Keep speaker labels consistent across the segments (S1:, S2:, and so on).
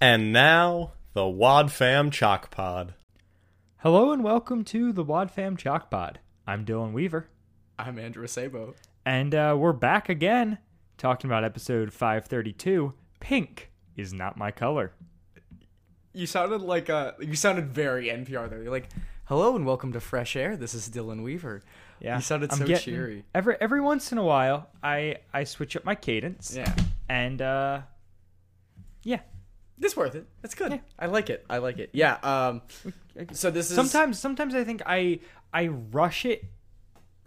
S1: And now, the Wad Fam Chalk Pod.
S2: Hello and welcome to the Wad Fam Chalk Pod. I'm Dylan Weaver,
S3: I'm Andrew Sabo.
S2: and uh, we're back again talking about episode 532 Pink is Not My Color.
S3: You sounded like uh you sounded very NPR there. You're like, "Hello and welcome to Fresh Air. This is Dylan Weaver." You sounded
S2: I'm
S3: so
S2: getting-
S3: cheery.
S2: Every, every once in a while, I, I switch up my cadence.
S3: Yeah.
S2: And, uh, yeah.
S3: It's worth it. It's good.
S2: Yeah.
S3: I like it. I like it. Yeah. Um so this is
S2: Sometimes, sometimes I think I, I rush it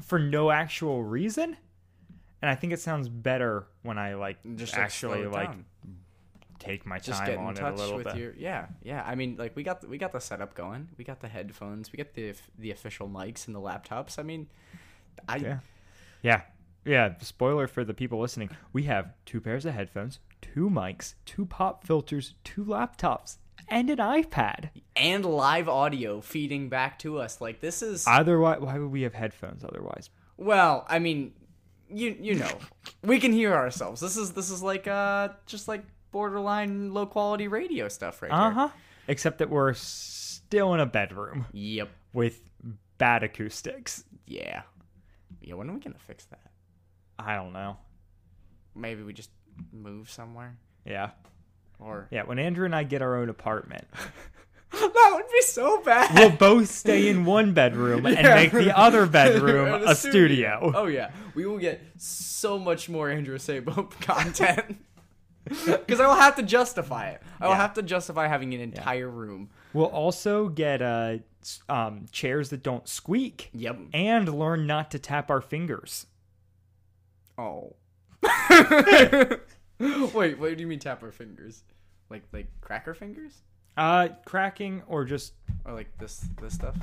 S2: for no actual reason. And I think it sounds better when I, like,
S3: just like,
S2: actually,
S3: slow it
S2: like,
S3: down.
S2: take my
S3: just
S2: time
S3: get in
S2: on it a
S3: touch
S2: little
S3: with
S2: bit.
S3: your yeah yeah i mean like we got the, we got the setup going we got the headphones we got the the official mics and the laptops i mean i
S2: Yeah. Yeah. Yeah. Spoiler for the people listening. We have two pairs of headphones, two mics, two pop filters, two laptops, and an iPad.
S3: and live audio feeding back to us like this is
S2: Otherwise, why would we have headphones otherwise?
S3: well i mean you you know we can hear ourselves this is this is like uh just like borderline low quality radio stuff right
S2: Uh
S3: here
S2: huh. Except that we're still in a bedroom
S3: yep
S2: with bad acoustics.
S3: yeah yeah when are we gonna fix that
S2: I don't know.
S3: maybe we just move somewhere
S2: Yeah.
S3: or
S2: Yeah. When Andrew and I get our own apartment,
S3: that would be so bad
S2: we'll both stay in one bedroom and
S3: Yeah.
S2: make the other bedroom
S3: And
S2: a studio.
S3: Oh yeah, we will get so much more Andrew Sabo content because I will have to justify it. I will have to justify having an entire room.
S2: We'll also get uh, s- um, chairs that don't squeak.
S3: Yep.
S2: and learn not to tap our fingers.
S3: Oh. wait, what do you mean tap our fingers? Like like cracker fingers
S2: Uh, cracking or just
S3: or like this this stuff?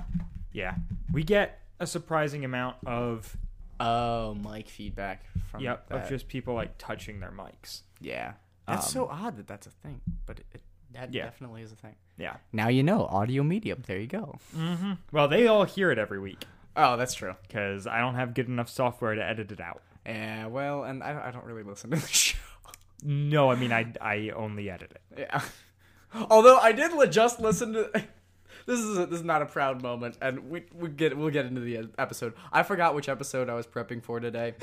S2: yeah, we get a surprising amount of
S3: Oh, mic feedback from
S2: yep
S3: that.
S2: of just people like touching their mics.
S3: yeah. That's so odd that that's a thing, but it, it that
S2: Yeah.
S3: definitely is a thing.
S2: Yeah.
S3: Now you know audio medium. There you go.
S2: Well, they all hear it every week
S3: Oh, that's true.
S2: because I don't have good enough software to edit it out.
S3: Yeah, well, and I, I don't really listen to the show.
S2: No, I mean I I only edit it.
S3: Yeah. Although I did li- just listen to. This is a, this is not a proud moment, and we we get we'll get into the e-, episode. I forgot which episode I was prepping for today,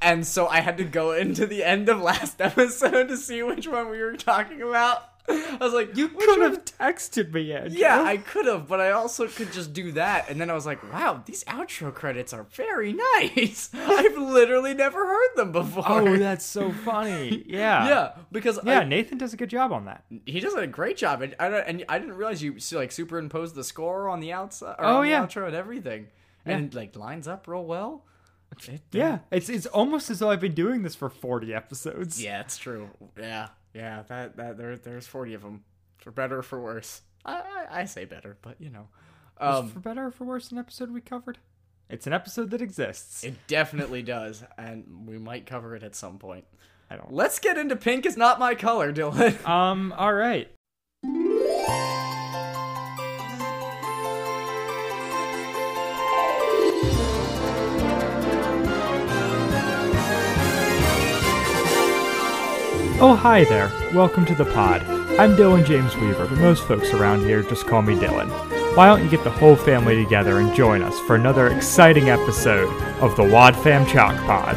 S3: and so I had to go into the end of last episode to see which one we were talking about. I was like, "You
S2: Could have texted me, Andrew.
S3: Yeah, I could have, but I also could just do that. And then I was like, "Wow, these outro credits are very nice. I've literally never heard them before."
S2: Oh, that's so funny. Yeah.
S3: yeah, because
S2: Yeah,
S3: I,
S2: Nathan does a good job on that.
S3: he does a great job, and I, don't- and I didn't realize you s- like superimposed the score on the outside, or
S2: Oh,
S3: on
S2: yeah.
S3: the outro and everything, and it, like lines up real well.
S2: Yeah, it's it's almost as though I've been doing this for forty episodes.
S3: Yeah, it's true. Yeah, yeah. That that there there's forty of them, for better or for worse. I I, I say better, but you know,
S2: Um,
S3: um,
S2: for better or for worse, an episode we covered. It's an episode that exists.
S3: it definitely does, and we might cover it at some point.
S2: I don't.
S3: Let's get into pink is not my color, Dylan.
S2: Um. All right. Oh, hi there. Welcome to the pod. I'm Dylan James Weaver, but most folks around here just call me Dylan. Why don't you get the whole family together and join us for another exciting episode of the Wad Fam Chalk Pod?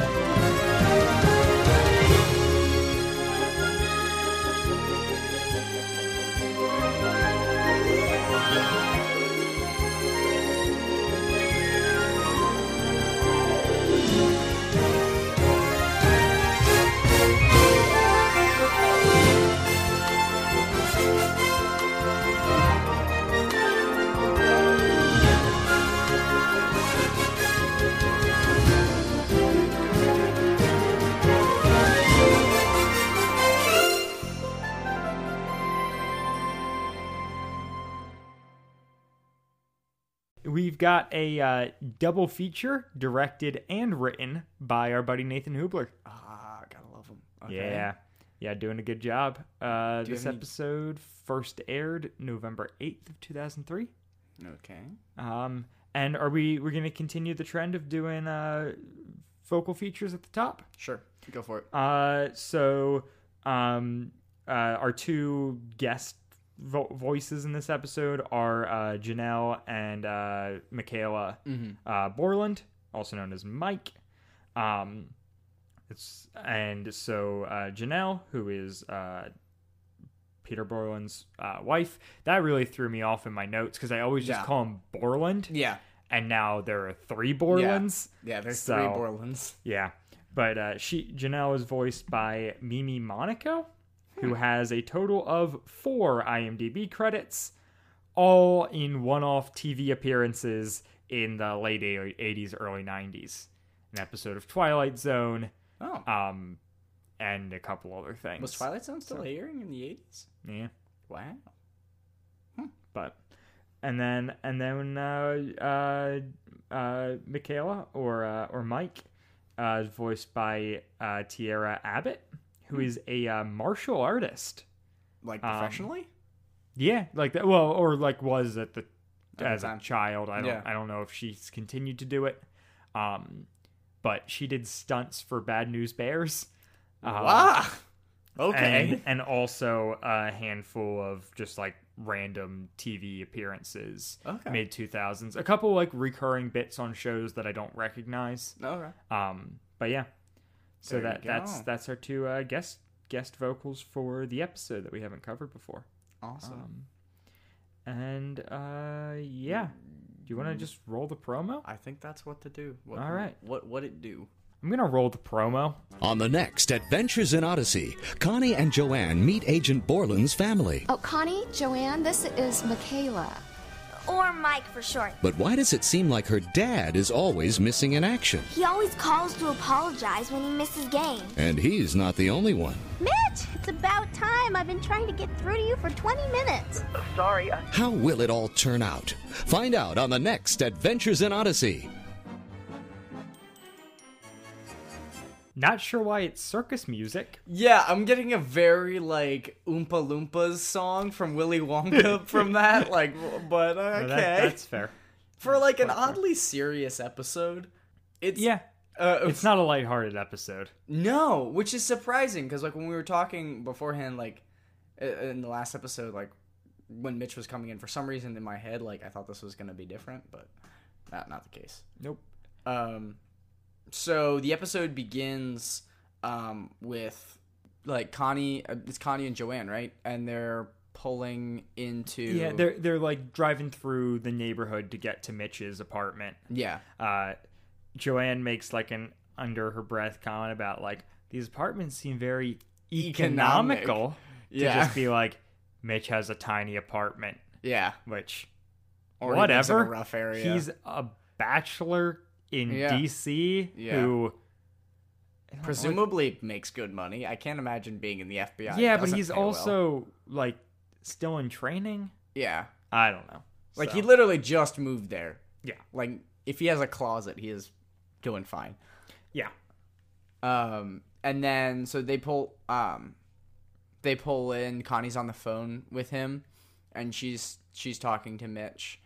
S2: We've got a uh, double feature directed and written by our buddy Nathan Hubler.
S3: Ah, gotta love him.
S2: Yeah. Yeah, doing a good job. Uh,
S3: Do you
S2: this
S3: have any-
S2: episode first aired November 8th of 2003.
S3: Okay.
S2: Um, and are we we're going to continue the trend of doing uh, vocal features at the top?
S3: Sure. Go for it.
S2: Uh, so Uh, um, uh, our two guest vo- voices in this episode are uh, Janelle and uh, Michaela uh, Borland, also known as Mike. Um, it's and so uh, Janelle, who is uh, Peter Borland's uh, wife, that really threw me off in my notes because I always just
S3: Yeah.
S2: call him Borland,
S3: Yeah.
S2: and now there are three Borlands.
S3: Yeah, there's
S2: So-
S3: three Borlands.
S2: Yeah, but uh, she Janelle is voiced by Mimi Monaco, who
S3: Hmm.
S2: has a total of four IMDb credits, all in one-off TV appearances in the late '80s, early '90s, an episode of Twilight Zone,
S3: Oh.
S2: um, and a couple other things.
S3: was Twilight Zone still here in the 80s?
S2: Yeah,
S3: Wow.
S2: but and then and then uh, uh, uh, Michaela or uh, or Mike uh, is voiced by uh, Tiara Abbott, who is a uh, martial artist.
S3: Like
S2: Um,
S3: professionally?
S2: Yeah, like that. Well, or like was at the
S3: the
S2: as a
S3: time.
S2: child. I don't.
S3: Yeah.
S2: I don't know if she's continued to do it. Um, but she did stunts for Bad News Bears. Um,
S3: wow. Okay.
S2: and, and also a handful of just like random TV appearances,
S3: Okay.
S2: mid two thousands, a couple like recurring bits on shows that I don't recognize.
S3: okay.
S2: Um, but yeah, so
S3: There you
S2: that that's
S3: go.
S2: that's our two uh, guest guest vocals for the episode that we haven't covered before.
S3: Awesome.
S2: Um, and uh, yeah, do you want to
S3: Mm-hmm.
S2: just roll the promo?
S3: I think that's what to do. What,
S2: All right.
S3: What what it do?
S2: I'm gonna roll the promo.
S4: On the next Adventures in Odyssey, Connie and Joanne meet Agent Borland's family.
S5: Oh, Connie, Joanne, this is Michaela.
S6: Or Mike for short.
S4: But why does it seem like her dad is always missing in action?
S6: He always calls to apologize when he misses games.
S4: And he's not the only one.
S6: Mitch, it's about time. I've been trying to get through to you for 20 minutes.
S7: Sorry, I-
S4: How will it all turn out? Find out on the next Adventures in Odyssey.
S2: Not sure why it's circus music.
S3: Yeah, I'm getting a very like Oompa Loompas song from Willy Wonka from that. Like, but okay,
S2: But that- that's fair.
S3: for like an oddly serious episode, it's
S2: Yeah,
S3: Uh,
S2: it's not a lighthearted episode.
S3: No, which is surprising because like when we were talking beforehand, like i- in the last episode, like when Mitch was coming in, for some reason in my head, like I thought this was gonna be different, but not not the case.
S2: Nope.
S3: Um, so the episode begins um, with like Connie, uh, it's Connie and Joanne, right? And they're pulling into
S2: Yeah, they're they're like driving through the neighborhood to get to Mitch's apartment.
S3: yeah
S2: Uh, Joanne makes like an under her breath comment about like these apartments seem very
S3: Economic.
S2: economical
S3: Yeah.
S2: to just be like Mitch has a tiny apartment,
S3: yeah
S2: which
S3: or he lives in
S2: whatever.
S3: a rough area.
S2: He's a bachelor in
S3: Yeah.
S2: DC
S3: Yeah.
S2: who
S3: presumably makes good money. I can't imagine being in the FBI.
S2: yeah, but
S3: doesn't
S2: he's
S3: pay well.
S2: also like still in training.
S3: yeah.
S2: I don't know.
S3: Like
S2: So,
S3: he literally just moved there.
S2: yeah
S3: Like if he has a closet, he is doing fine.
S2: yeah
S3: Um, and then so they pull um, they pull in. Connie's on the phone with him, and she's she's talking to Mitch,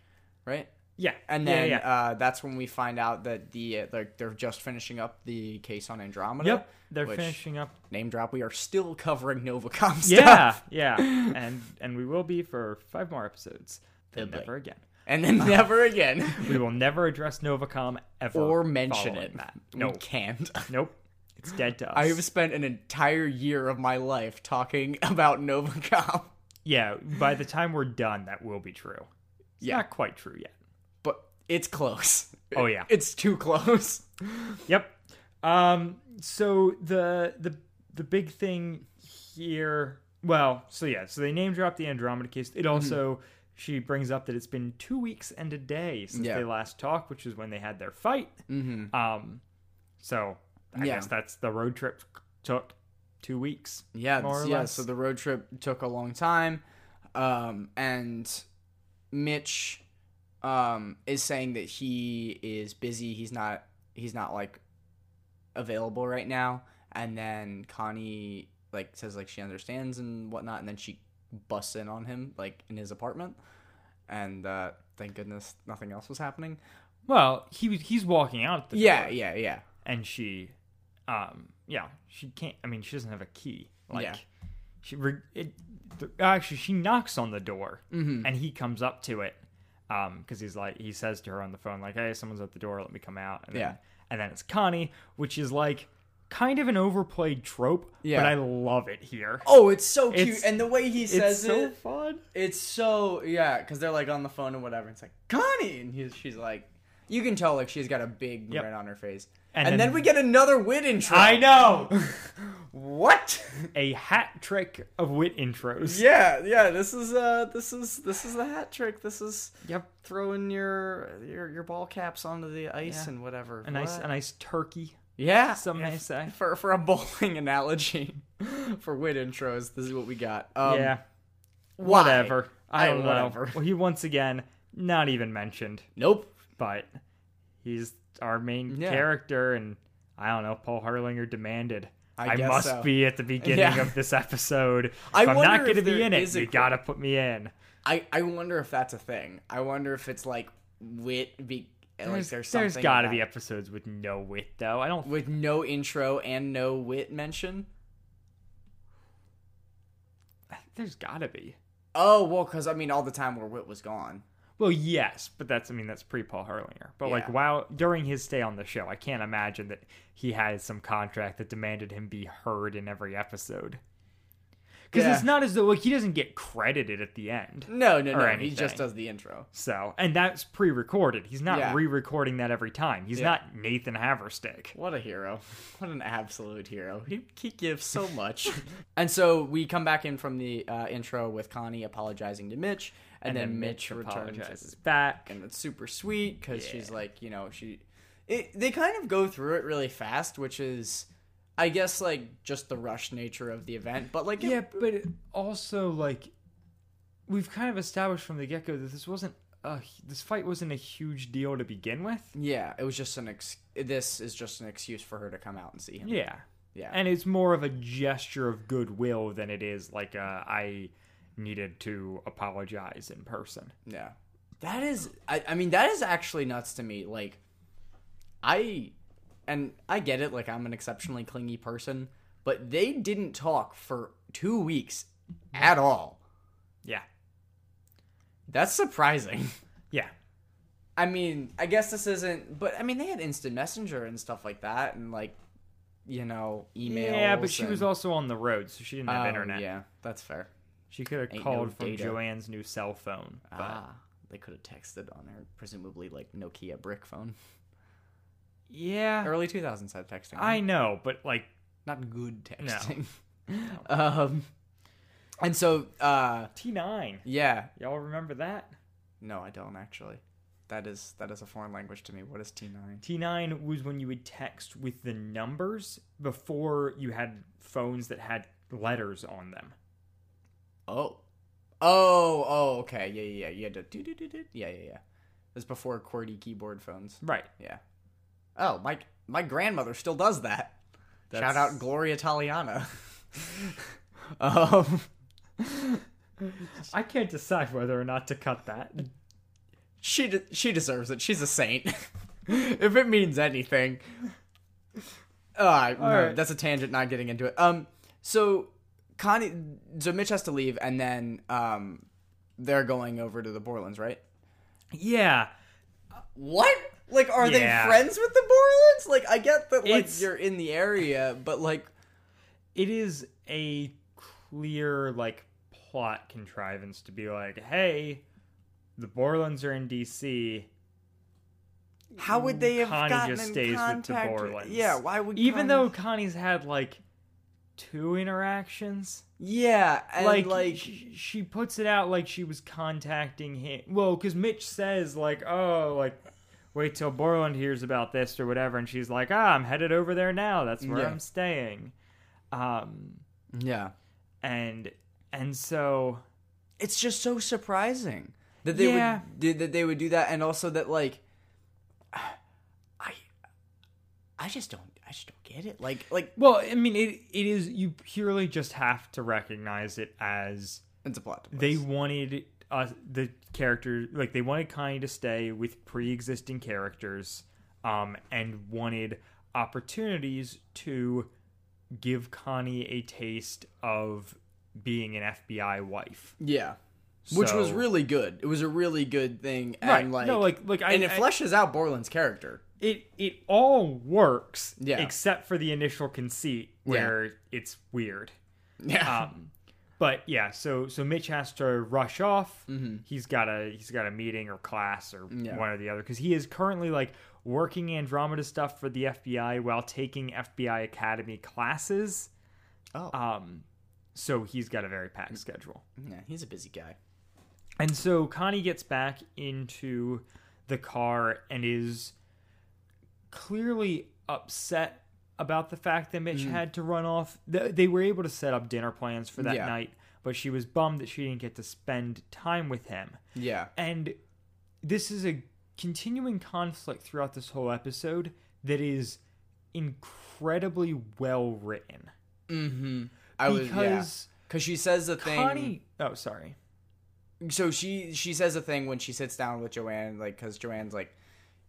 S3: right?
S2: yeah
S3: And
S2: Yeah,
S3: then
S2: yeah.
S3: Uh, that's when we find out that the uh, like they're just finishing up the case on Andromeda.
S2: Yep, they're
S3: which-
S2: finishing up.
S3: Name drop. We are still covering Novacom stuff.
S2: Yeah, yeah, and and we will be for five more episodes. Then
S3: Goodbye.
S2: never again.
S3: and then never again,
S2: We will never address Novacom ever
S3: or mention
S2: following
S3: it.
S2: That.
S3: we
S2: No,
S3: can't.
S2: nope, it's dead to us.
S3: I have spent an entire year of my life talking about Novacom.
S2: Yeah, by the time we're done, that will be true. It's
S3: Yeah. Uh,
S2: not quite true yet.
S3: but it's close.
S2: Oh, yeah.
S3: it's too close.
S2: Yep. Um. So the the the big thing here. Well, so yeah. So they name drop the Andromeda case.
S3: Mm-hmm.
S2: It also she brings up that it's been two weeks and a day since
S3: Yeah.
S2: they last talked, which is when they had their fight. Mm-hmm. Um. So I
S3: Yeah.
S2: guess that's the road trip took two weeks.
S3: Yeah,
S2: more or
S3: yeah.
S2: less.
S3: So the road trip took a long time, um, and Mitch um, is saying that he is busy. He's not. He's not like available right now. And then Connie like says like she understands and whatnot, and then she busts in on him like in his apartment, and uh, thank goodness nothing else was happening.
S2: well, he was- he's walking out. The
S3: Yeah,
S2: door,
S3: yeah, yeah.
S2: and she, um, yeah, she can't. I mean, she doesn't have a key. Like,
S3: Yeah.
S2: She re- it, th- actually she knocks on the door
S3: Mm-hmm.
S2: and he comes up to it um because he's like he says to her on the phone like hey someone's at the door let me come out and
S3: Yeah.
S2: then, and then it's Connie which is like kind of an overplayed trope
S3: Yeah.
S2: but I love it here
S3: Oh, it's so cute,
S2: It's-
S3: and the way he
S2: it's
S3: says
S2: so
S3: it,
S2: fun
S3: it's so yeah, because they're like on the phone and whatever. It's like Connie, and he's, she's like, you can tell like she's got a big
S2: Yep.
S3: grin on her face, and,
S2: And
S3: then,
S2: then-
S3: we get another wit intro.
S2: I know
S3: what?
S2: a hat trick of wit intros
S3: yeah, yeah. This is uh, this is this is the hat trick. This is
S2: Yep.
S3: throwing your your your ball caps onto the ice and whatever.
S2: a nice
S3: What?
S2: a nice turkey
S3: yeah.
S2: some may say
S3: for for a bowling analogy, for wit intros, this is what we got. Um,
S2: yeah
S3: why?
S2: whatever I
S3: Uh,
S2: don't know
S3: whatever.
S2: well he once again not even mentioned
S3: Nope.
S2: but he's our main
S3: Yeah.
S2: character and i don't know paul harlinger demanded
S3: I
S2: i,
S3: guess
S2: must
S3: so.
S2: be at the beginning
S3: Yeah.
S2: of this episode if
S3: I
S2: i'm
S3: wonder
S2: not
S3: if
S2: going to
S3: there
S2: be in it
S3: is a
S2: you
S3: qu-
S2: gotta put me in
S3: I I wonder if that's a thing. I wonder if it's like wit be like
S2: there's,
S3: there's something
S2: there's gotta
S3: about-
S2: be episodes with no wit though i don't
S3: with no intro and no wit mention.
S2: there's gotta be
S3: Oh well, because I mean, all the time where wit was gone.
S2: well yes but that's i mean that's pre paul harlinger but like
S3: Yeah.
S2: while during his stay on the show i can't imagine that he had some contract that demanded him be heard in every episode because
S3: Yeah.
S2: it's not as though like he doesn't get credited at the end
S3: No, no,
S2: Or
S3: no. He
S2: anything.
S3: just does the intro.
S2: So, and that's pre-recorded. He's not
S3: Yeah.
S2: re-recording that every time. He's
S3: Yeah.
S2: not Nathan Haverstick.
S3: What a hero. What an absolute hero. He, he gives so much. and so we come back in from the uh, intro with Connie apologizing to Mitch, and, then, Mitch, returns.
S2: apologizes back.
S3: and it's super sweet because she's like you know she it, they kind of go through it really fast which is i guess like just the rush nature of the event but like it-
S2: Yeah, but it also like we've kind of established from the get-go that this wasn't a, this fight wasn't a huge deal to begin with.
S3: yeah it was just an ex this is just an excuse for her to come out and see him
S2: Yeah.
S3: Yeah.
S2: And it's more of a gesture of goodwill than it is like uh, I needed to apologize in person.
S3: Yeah. That is I, I mean that is actually nuts to me. Like I and I get it like I'm an exceptionally clingy person, but they didn't talk for 2 weeks at all.
S2: Yeah.
S3: That's surprising.
S2: Yeah.
S3: I mean, I guess this isn't but I mean they had instant messenger and stuff like that and like you know, email.
S2: Yeah, but she was also on the road, so she didn't have
S3: oh,
S2: internet.
S3: Yeah, that's fair.
S2: She could have
S3: Ain't
S2: called
S3: no
S2: from
S3: data.
S2: Joanne's new cell phone. But
S3: Ah, they could have texted on her presumably like Nokia brick phone.
S2: yeah,
S3: Early 2000s had texting.
S2: I know, but like,
S3: not good texting. um, and so, uh,
S2: T9.
S3: yeah,
S2: Y'all remember that?
S3: no, I don't actually. That is that is a foreign language to me. What is T nine?
S2: T9 was when you would text with the numbers before you had phones that had letters on them.
S3: Oh, oh, oh, okay, yeah, yeah, yeah. You had to do do do do. Yeah, yeah, yeah. It was before QWERTY keyboard phones.
S2: Right.
S3: Yeah. Oh, my my grandmother still does that. Shout out Gloria Taliana. um,
S2: I can't decide whether or not to cut that.
S3: she de- she deserves it. She's a saint. if it means anything. Uh, no,
S2: right.
S3: That's a tangent. Not getting into it. Um. So Connie, so Mitch has to leave, and then um, they're going over to the Borlands, right?
S2: Yeah.
S3: What? Like, are
S2: Yeah.
S3: they friends with the Borlands? Like, I get that like
S2: It's-
S3: you're in the area, but like,
S2: it is a clear like plot contrivance to be like, hey, the Borlands are in DC.
S3: how would they have
S2: Connie
S3: gotten
S2: just
S3: in
S2: stays with the
S3: contact
S2: Borlands.
S3: Yeah. Why would
S2: even
S3: Connie-
S2: though Connie's had like two interactions,
S3: Yeah, and like,
S2: like she, she puts it out like she was contacting him. Well, because Mitch says like, oh, like wait till Borland hears about this or whatever, and she's like, ah, I'm headed over there now. That's where
S3: Yeah.
S2: I'm staying. Um,
S3: yeah,
S2: and and so
S3: it's just so surprising that they
S2: Yeah.
S3: would did, that they would do that, and also that like, I, I just don't, I just don't get it. Like, like
S2: well, I mean, it it is you purely just have to recognize it as
S3: it's a plot. device.
S2: they wanted us the character like they wanted Connie to stay with pre-existing characters um and wanted opportunities to give Connie a taste of being an FBI wife.
S3: Yeah. Which was
S2: So-
S3: really good. It was a really good thing, and
S2: Right.
S3: like,
S2: No, like- like, I-
S3: and it
S2: I-
S3: fleshes out Borland's character.
S2: It it all works
S3: Yeah.
S2: except for the initial conceit where it's weird. Um,
S3: Yeah,
S2: But yeah, so so Mitch has to rush off.
S3: Mm-hmm.
S2: He's got a he's got a meeting or class or one or the other because he is currently like working Andromeda stuff for the FBI while taking FBI Academy classes.
S3: Oh. Mm.
S2: um, so he's got a very packed schedule.
S3: yeah, he's a busy guy.
S2: And so Connie gets back into the car and is clearly upset about the fact that Mitch had to run off. Th- They were able to set up dinner plans for that
S3: Yeah.
S2: night, but she was bummed that she didn't get to spend time with him.
S3: Yeah,
S2: And this is a continuing conflict throughout this whole episode that is incredibly well written.
S3: I
S2: Because-
S3: was Mm-hmm. because because she says a thing.
S2: Connie, oh sorry.
S3: so she she says a thing when she sits down with Joanne, like because Joanne's like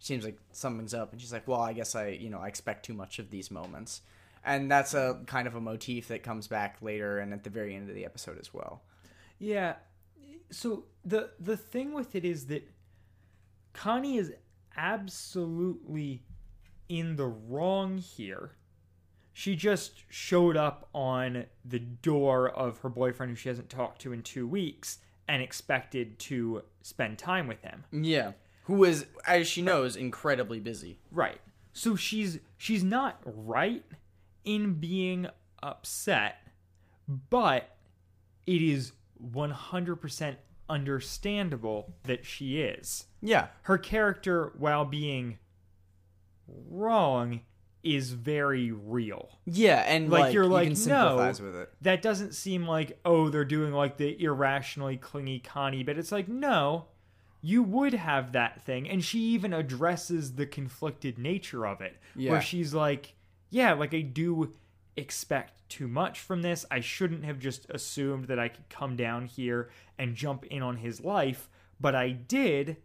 S3: seems like something's up, and she's like, well, I guess I you know I expect too much of these moments, and that's a kind of a motif that comes back later and at the very end of the episode as well.
S2: Yeah. So the the thing with it is that Connie is absolutely in the wrong here. She just showed up on the door of her boyfriend who she hasn't talked to in 2 weeks and expected to spend time with him.
S3: Yeah, who is as she knows incredibly busy.
S2: Right. So she's she's not right in being upset, but it is 100% understandable that she is.
S3: Yeah,
S2: Her character while being wrong is very real.
S3: yeah, and
S2: Like,
S3: like,
S2: you're like
S3: you can
S2: no,
S3: sympathize with it.
S2: that doesn't seem like oh they're doing like the irrationally clingy Connie, but it's like no, you would have that thing, and she even addresses the conflicted nature of it,
S3: Yeah.
S2: where she's like, yeah, like I do expect too much from this. I shouldn't have just assumed that I could come down here and jump in on his life, but I did,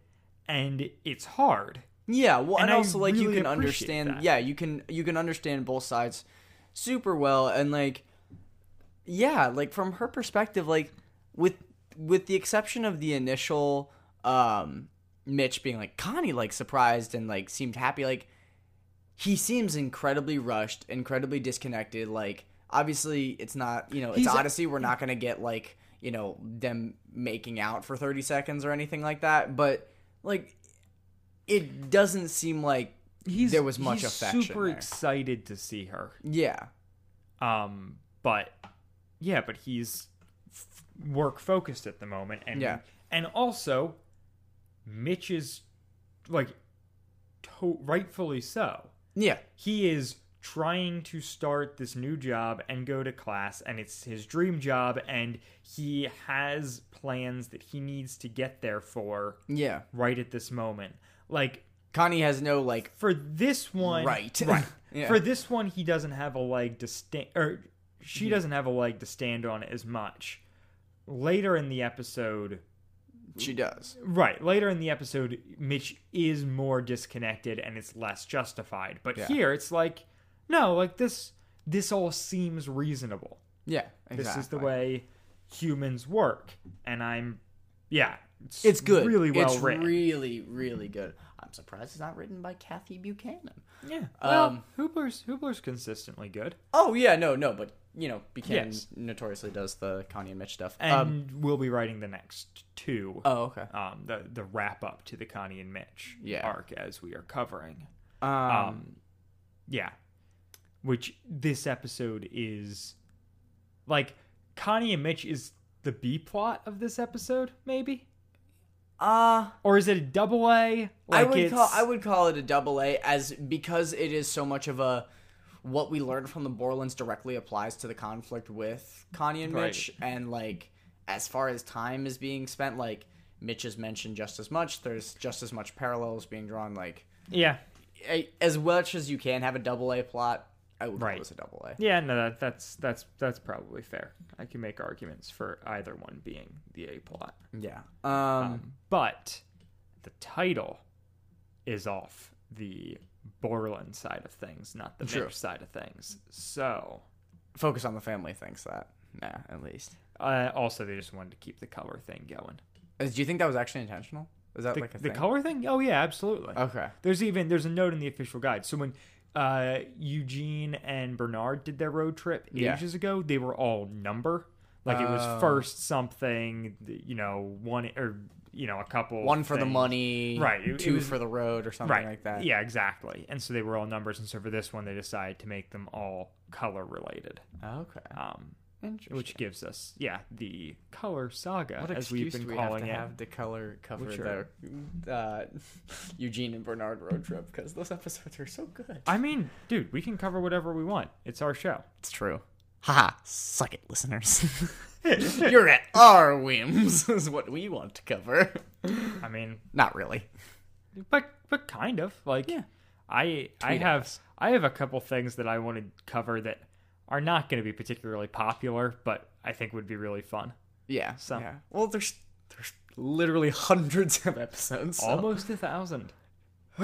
S2: and it's hard.
S3: Yeah, well,
S2: And
S3: and,
S2: I
S3: also like you
S2: really
S3: can
S2: appreciate
S3: understand.
S2: that.
S3: Yeah, you can you can understand both sides super well, and like, yeah, like from her perspective, like with with the exception of the initial um Mitch being like Connie, like surprised and like seemed happy, like he seems incredibly rushed, incredibly disconnected. Like obviously, it's not you know it's
S2: He's-
S3: Odyssey. We're not gonna get like you know them making out for thirty seconds or anything like that, but like it doesn't seem like
S2: He's
S3: there was much
S2: he's
S3: affection.
S2: super
S3: there.
S2: excited to see her.
S3: yeah,
S2: Um, but yeah, but he's f- work focused at the moment, and
S3: Yeah.
S2: and also Mitch is like to- rightfully so.
S3: yeah,
S2: He is trying to start this new job and go to class, and it's his dream job, and he has plans that he needs to get there for
S3: yeah.
S2: right at this moment. Like
S3: Connie has no like
S2: for this one,
S3: right,
S2: right.
S3: yeah.
S2: For this one, he doesn't have a leg to stand, or she
S3: Mm-hmm.
S2: doesn't have a leg to stand on as much. Later in the episode,
S3: she does.
S2: right? Later in the episode, Mitch is more disconnected and it's less justified. But here, it's like, no, like this. This all seems reasonable.
S3: Yeah, exactly.
S2: This is the way humans work, and I'm, yeah,
S3: It's good.
S2: really well
S3: it's
S2: written.
S3: Really, really good. I'm surprised it's not written by Kathy Buchanan.
S2: yeah, well,
S3: Um,
S2: Hoopler's Hoopler's consistently good.
S3: Oh yeah, no, no, but you know, Buchanan
S2: Yes.
S3: notoriously does the Connie and Mitch stuff. um,
S2: and we'll be writing the next two.
S3: oh okay.
S2: Um, the the wrap up to the Connie and Mitch
S3: Yeah.
S2: arc as we are covering.
S3: Um,
S2: Yeah, which this episode is like Connie and Mitch is the B plot of this episode, maybe,
S3: uh,
S2: or is it a double A?
S3: I
S2: Like
S3: would
S2: it's,
S3: call I would call it a double A as because it is so much of a what we learned from the Borlands directly applies to the conflict with Connie and Mitch, and like as far as time is being spent, like Mitch is mentioned just as much. There's just as much parallels being drawn. Like
S2: Yeah,
S3: a- as much as you can have a double A plot, I would
S2: Right.
S3: call this a double A.
S2: yeah. No, that, that's that's that's probably fair. I can make arguments for either one being the A plot,
S3: Yeah. Um,
S2: but the title is off the Borland side of things, not the Mitch side of things. So
S3: focus on the family thinks that. Nah, at least.
S2: Uh, also, they just wanted to keep the color thing going.
S3: Uh, Do you think that was actually intentional? Is that
S2: The,
S3: like a
S2: the
S3: thing?
S2: color thing? Oh yeah, absolutely.
S3: Okay.
S2: There's even there's a note in the official guide. So when uh, Eugene and Bernard did their road trip
S3: Yeah. Oh.
S2: ages ago, they were all number. Like it was first something, you know, one or you know, a couple.
S3: One for the
S2: things.
S3: money,
S2: Right, it- it
S3: Two
S2: was-
S3: for the road, or something
S2: right?
S3: like that.
S2: Yeah, exactly. And so they were all numbers, and so for this one, they decided to make them all color related,
S3: Okay.
S2: um,
S3: Interesting.
S2: which gives us yeah the color saga
S3: What
S2: as
S3: excuse
S2: we've been
S3: do we have
S2: calling
S3: to
S2: it.
S3: have to color cover
S2: Which are-
S3: the uh, Eugene and Bernard road trip because those episodes are so good.
S2: I mean, dude, we can cover whatever we want. It's our show.
S3: It's true. Haha, suck it, listeners. You're at our whims, is what we want to cover.
S2: I mean,
S3: Not really.
S2: but but kind of like
S3: Yeah.
S2: I I
S3: Tweet at
S2: have I have a couple things that I want to cover that are not going to be particularly popular, but I think would be really fun.
S3: Yeah.
S2: So-
S3: yeah. Well, there's there's literally hundreds of episodes. so-
S2: Almost a thousand.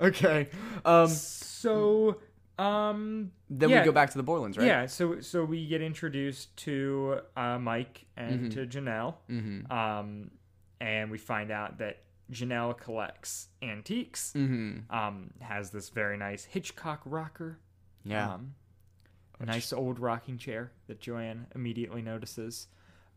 S3: okay. Um.
S2: So um
S3: Then
S2: yeah,
S3: we go back to the Borlands, right?
S2: Yeah, so so we get introduced to uh, Mike and
S3: Mm-hmm.
S2: to Janelle, um, and we find out that Janelle collects antiques.
S3: Mm. Mm-hmm.
S2: Um, has this very nice Hitchcock rocker
S3: Yeah.
S2: Um, a nice old rocking chair that Joanne immediately notices.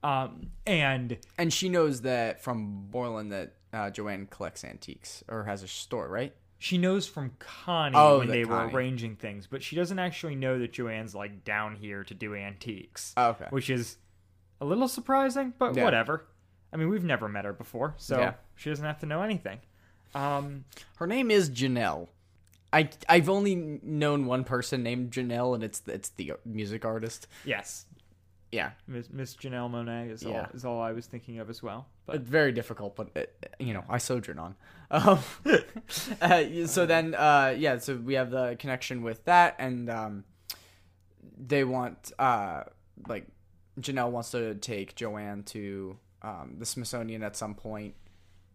S2: Um, and
S3: and she knows that from Borland that uh, Joanne collects antiques or has a store, right?
S2: she knows from Connie
S3: Oh,
S2: when
S3: that
S2: they
S3: Connie.
S2: were arranging things, but she doesn't actually know that Joanne's like down here to do antiques.
S3: Oh, okay.
S2: Which is a little surprising, but
S3: Yeah.
S2: whatever. I mean, we've never met her before, so
S3: Yeah.
S2: she doesn't have to know anything. Um,
S3: Her name is Janelle. I I've only known one person named Janelle, and it's it's the music artist.
S2: yes,
S3: Yeah,
S2: Miss, Miss Janelle Monet is
S3: Yeah.
S2: all is all I was thinking of as well. But
S3: It's very difficult, but uh you know, I sojourn on. Um, uh, so then, uh, yeah, so we have the connection with that, and um, they want, uh, like, Janelle wants to take Joanne to um, the Smithsonian at some point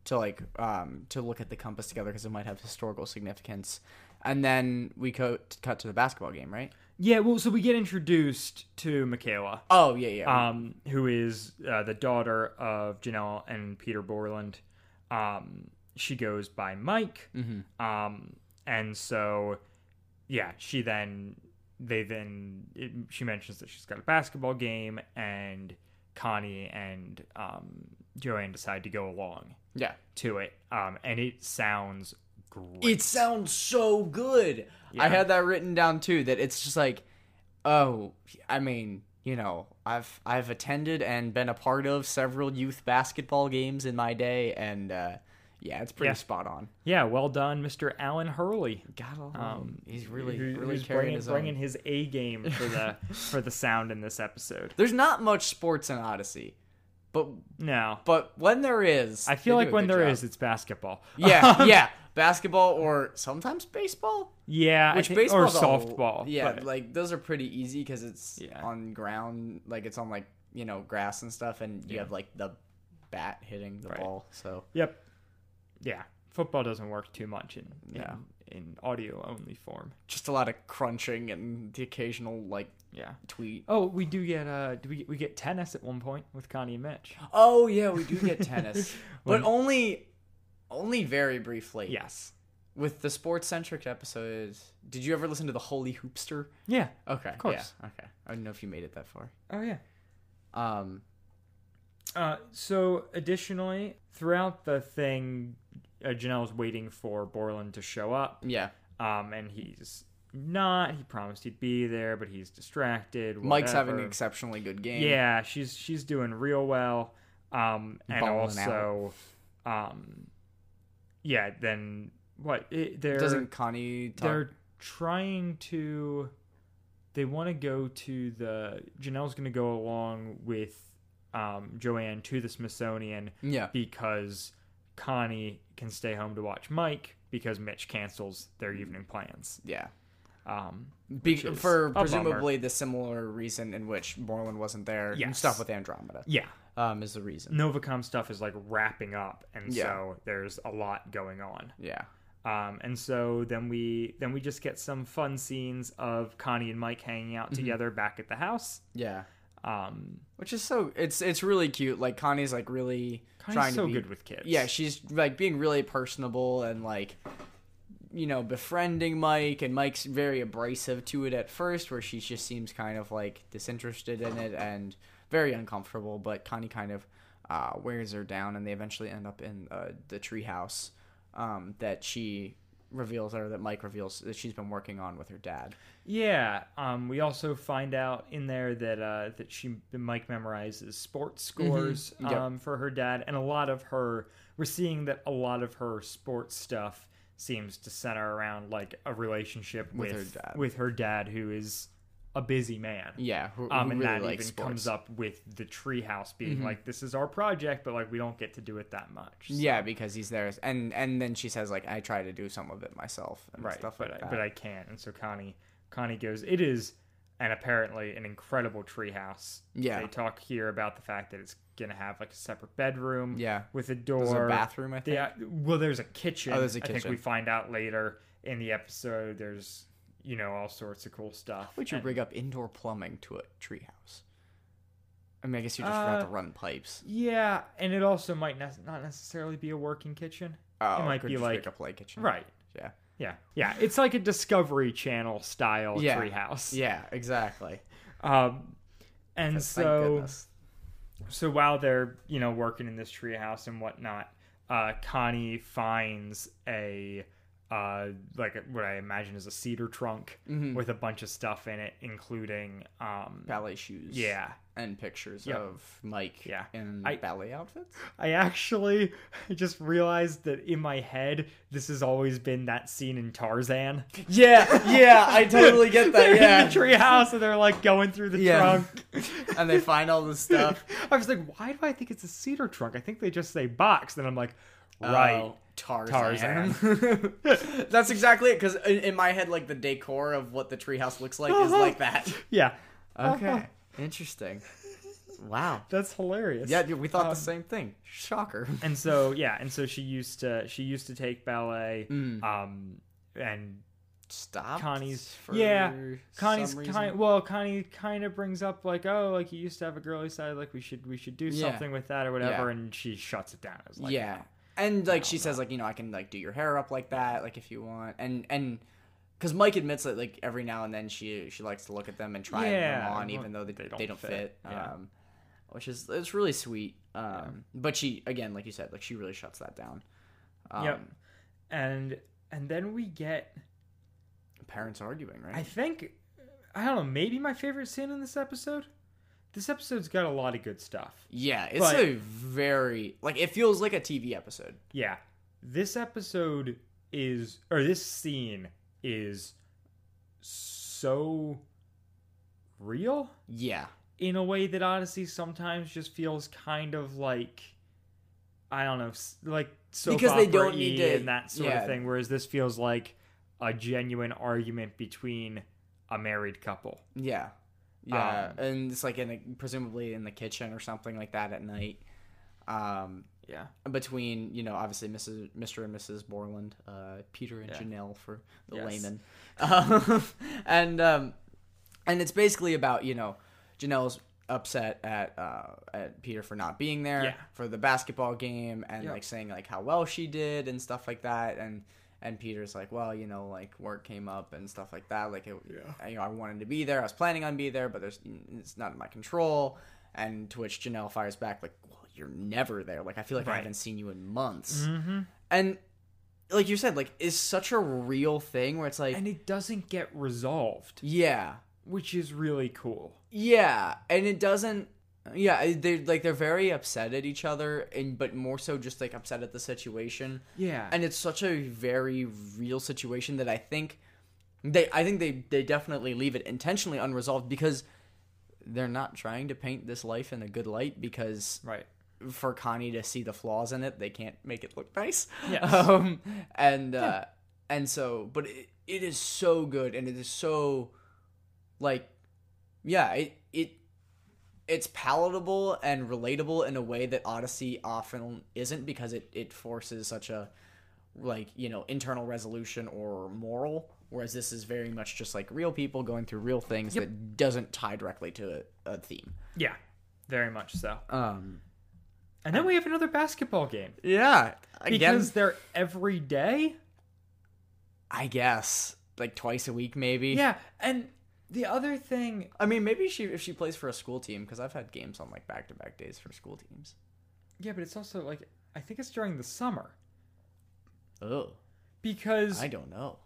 S3: to like um, to look at the compass together because it might have historical significance. And then we co- cut to the basketball game, right?
S2: yeah, well, so we get introduced to Michaela.
S3: Oh yeah, yeah.
S2: um, who is uh, the daughter of Janelle and Peter Borland. Um, she goes by Mike, um, and so yeah, she then they then it, she mentions that she's got a basketball game, and Connie and um, Joanne decide to go along
S3: yeah.
S2: to it, um, and it sounds great.
S3: It sounds so good. I had that written down too. That it's just like, oh, I mean, you know, I've I've attended and been a part of several youth basketball games in my day, and uh, yeah, it's pretty
S2: Yeah.
S3: spot on.
S2: yeah, well done, Mr. Alan Hurley.
S3: God, oh,
S2: Um,
S3: he's really
S2: who-
S3: really
S2: who's
S3: carrying
S2: bringing,
S3: his
S2: bringing
S3: own.
S2: his A game for the for the sound in this episode.
S3: There's not much sports in Odyssey, but
S2: No,
S3: but when there is,
S2: I feel
S3: they do
S2: like
S3: a
S2: when
S3: good
S2: there
S3: job.
S2: is, it's basketball. Um,
S3: yeah, yeah, basketball or sometimes baseball.
S2: yeah, I
S3: Which
S2: think-
S3: baseball
S2: or softball?
S3: yeah,
S2: but-
S3: like those are pretty easy because it's
S2: Yeah.
S3: on ground, like it's on like you know grass and stuff, and you have like the bat hitting the
S2: Right.
S3: ball. So
S2: yep, yeah. Football doesn't work too much in in,
S3: No.
S2: in audio only form.
S3: just a lot of crunching and the occasional like
S2: Yeah.
S3: tweet.
S2: Oh, we do get uh, do we we get tennis at one point with Connie and Mitch?
S3: Oh yeah, we do get tennis, but only only very briefly.
S2: Yes.
S3: With the sports centric episodes, did you ever listen to the Holy Hoopster?
S2: Yeah.
S3: Okay,
S2: Of course.
S3: yeah, okay. I don't know if you made it that far.
S2: Oh yeah.
S3: Um,
S2: Uh, so additionally, throughout the thing, uh, Janelle's waiting for Borland to show up.
S3: yeah.
S2: Um, and he's not. He promised he'd be there, but he's distracted.
S3: Mike's having an
S2: whatever.
S3: exceptionally good game.
S2: Yeah, she's she's doing real well. Um, and
S3: Balling
S2: also, um, yeah. Then what? It, they're
S3: Doesn't Connie talk?
S2: they're trying to. They want to go to the Janelle's going to go along with um, Joanne to the Smithsonian
S3: Yeah.
S2: because Connie can stay home to watch Mike because Mitch cancels their
S3: Mm-hmm.
S2: evening plans.
S3: Yeah.
S2: Um,
S3: Be-
S2: which is
S3: for
S2: a bummer.
S3: presumably the similar reason in which Borland wasn't there. and
S2: Yes.
S3: Stuff with Andromeda
S2: yeah.
S3: um, is the reason.
S2: Novacom stuff is like wrapping up, and
S3: Yeah.
S2: so there's a lot going on.
S3: Yeah.
S2: Um, and so then we then Mm-hmm. we just get some fun scenes of Connie and Mike hanging out together back at the house.
S3: Yeah.
S2: Um,
S3: Which is so it's it's really cute. Like Connie's like really
S2: Connie's
S3: trying
S2: so
S3: to be,
S2: good with kids.
S3: Yeah, she's like being really personable and like you know befriending Mike, and Mike's very abrasive to it at first, where she just seems kind of like disinterested in it and very uncomfortable. But Connie kind of uh, wears her down, and they eventually end up in uh, the treehouse um, that she reveals or that Mike reveals that she's been working on with her dad.
S2: yeah. Um, we also find out in there that uh, that she Mike memorizes sports scores
S3: Mm-hmm. Yep.
S2: um, for her dad, and a lot of her. We're seeing that a lot of her sports stuff seems to center around like a relationship with
S3: her dad.
S2: with her dad, who is a busy man.
S3: Yeah, who,
S2: um,
S3: who
S2: and
S3: really
S2: that even
S3: likes
S2: comes
S3: sports. Mm-hmm.
S2: up with the treehouse being like, "This is our project, but like we don't get to do it that much." So-
S3: Yeah, because he's there, and and then she says like I try to do some of it myself and
S2: right.
S3: stuff
S2: but
S3: like
S2: I,
S3: that.
S2: but I can't, and so Connie Connie goes. It is, and apparently an incredible treehouse.
S3: Yeah.
S2: they talk here about the fact that it's gonna have like a separate bedroom.
S3: Yeah.
S2: with a door,
S3: bathroom, I
S2: Yeah, well, there's a kitchen.
S3: Oh, there's a
S2: I think
S3: kitchen.
S2: we find out later in the episode. There's you know all sorts of cool stuff.
S3: Would you
S2: And-
S3: bring up indoor plumbing to a treehouse? I mean, I guess you just forgot to
S2: Uh,
S3: run pipes.
S2: Yeah, and it also might ne- not necessarily be a working kitchen.
S3: Oh,
S2: it might
S3: could
S2: be
S3: just
S2: like
S3: make a play kitchen.
S2: right.
S3: Yeah.
S2: Yeah, yeah, it's like a Discovery Channel style
S3: Yeah.
S2: treehouse.
S3: Yeah. Exactly.
S2: Um, and
S3: Thank
S2: so,
S3: goodness.
S2: so while they're you know working in this treehouse and whatnot, uh, Connie finds a uh, like what I imagine is a cedar trunk
S3: Mm-hmm.
S2: with a bunch of stuff in it, including um,
S3: ballet shoes.
S2: yeah.
S3: And pictures
S2: Yeah.
S3: of Mike.
S2: Yeah.
S3: In
S2: I-
S3: ballet outfits.
S2: I actually just realized that in my head this has always been that scene in Tarzan.
S3: Yeah. Yeah. I totally get that.
S2: in the treehouse and they're like going through the
S3: Yeah.
S2: trunk.
S3: and they find all this stuff.
S2: I was like, why do I think it's a cedar trunk? I think they just say box. Then I'm like, right.
S3: Oh, Tarzan.
S2: Tarzan.
S3: That's exactly it. Because in, in my head, like the decor of what the treehouse looks like is like that.
S2: Yeah.
S3: Okay. Interesting. Wow.
S2: That's hilarious.
S3: Yeah, dude, we thought the
S2: Um,
S3: same thing. Shocker.
S2: And so yeah, and so she used to she used to take ballet.
S3: Mm.
S2: Um and
S3: Stop.
S2: Connie's yeah, Connie's kind well, Connie kind of brings up like, oh, like you used to have a girly side, like we should we should do
S3: Yeah.
S2: something with that or whatever,
S3: Yeah.
S2: and she shuts it down. I was like,
S3: yeah, and like she says, like you know, I can like do your hair up like that, like if you want, and and because Mike admits that like every now and then she she likes to look at them and try
S2: Yeah,
S3: them on,
S2: well,
S3: even though they, they don't, fit.
S2: yeah.
S3: Um, which is it's really sweet. Um, but she again, like you said, like she really shuts that down. Um,
S2: yep. And and then we get
S3: Parents arguing, right?
S2: I think I don't know, maybe my favorite scene in this episode. This episode's got a lot of good stuff.
S3: yeah, it's
S2: But-
S3: a very like it feels like a TV episode.
S2: Yeah. This episode is or this scene is so real
S3: Yeah.
S2: in a way that Odyssey sometimes just feels kind of like I don't know, s- like soap
S3: Because they don't
S2: opera-y
S3: need to-
S2: and that sort
S3: yeah.
S2: of thing. Whereas this feels like a genuine argument between a married couple.
S3: Yeah. Yeah.
S2: Um,
S3: and it's like in a, presumably in the kitchen or something like that at night. Um,
S2: Yeah.
S3: between you know obviously Mrs. Mr. and Mrs. Borland, uh, Peter and Janelle for the
S2: Yes.
S3: layman, um, and um, and it's basically about you know Janelle's upset at uh, at Peter for not being there
S2: Yeah.
S3: for the basketball game and
S2: Yep.
S3: like saying like how well she did and stuff like that and and Peter's like well you know like work came up and stuff like that like it, you know I wanted to be there I was planning on be there but there's it's not in my control and to which Janelle fires back like well you're never there like I feel like I
S2: Right. Mm-hmm.
S3: haven't seen you in months and like you said like is such a real thing where it's like
S2: And it doesn't get resolved.
S3: yeah
S2: which is really cool.
S3: Yeah, and it doesn't. Yeah, they like they're very upset at each other, and but more so just like upset at the situation.
S2: Yeah.
S3: and it's such a very real situation that I think they, I think they they definitely leave it intentionally unresolved because they're not trying to paint this life in a good light because
S2: Right.
S3: for Connie to see the flaws in it, they can't make it look nice.
S2: Yes.
S3: Um, and uh, and so, but it, it is so good, and it is so, like, yeah, it it it's palatable and relatable in a way that Odyssey often isn't because it it forces such a like you know internal resolution or moral Whereas this is very much just like real people going through real things that doesn't tie directly to a, a theme.
S2: Yeah, very much so.
S3: Um,
S2: and then we have another basketball game
S3: yeah, again,
S2: because they're every day.
S3: I guess like twice a week maybe.
S2: Yeah, and the other thing,
S3: I mean maybe she if she plays for a school team because I've had games on like back to back days for school teams.
S2: yeah, but it's also like I think it's during the summer
S3: Oh,
S2: because
S3: I don't know.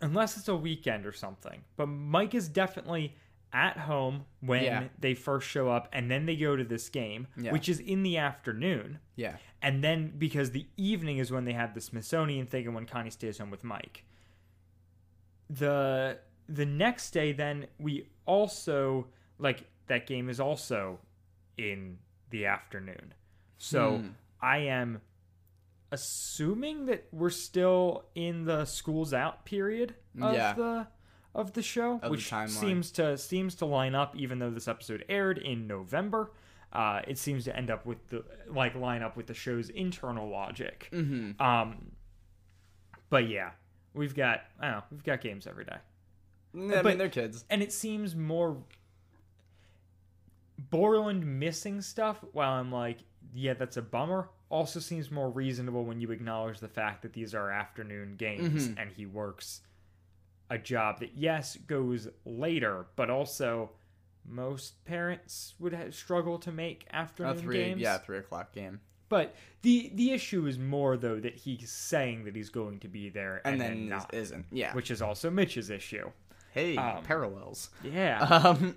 S2: unless it's a weekend or something. But Mike is definitely at home when
S3: Yeah.
S2: they first show up, and then they go to this game,
S3: Yeah.
S2: which is in the afternoon.
S3: Yeah,
S2: And then because the evening is when they have the Smithsonian thing and when Connie stays home with Mike. The the next day then we also like that game is also in the afternoon. So I am assuming that we're still in the school's out period of
S3: Yeah.
S2: the of the show,
S3: the
S2: which
S3: timeline.
S2: seems to seems to line up. Even though this episode aired in November, uh, it seems to end up with the like line up with the show's internal logic.
S3: Mm-hmm. Mm.
S2: Um, but yeah, we've got I don't know, we've got games every day,
S3: Mm-hmm. I mean
S2: But-
S3: they're kids.
S2: and it seems more Borland missing stuff. While I'm like, yeah, that's a bummer. Also seems more reasonable when you acknowledge the fact that these are afternoon games
S3: Mm-hmm.
S2: and he works a job that yes goes later, but also most parents would ha- struggle to make afternoon
S3: Uh, three,
S2: games.
S3: yeah, three o'clock game,
S2: But the the issue is more though that he's saying that he's going to be there and,
S3: and, then, is-
S2: not,
S3: isn't. Yeah.
S2: which is also Mitch's issue.
S3: hey, parallels.
S2: Yeah,
S3: Um,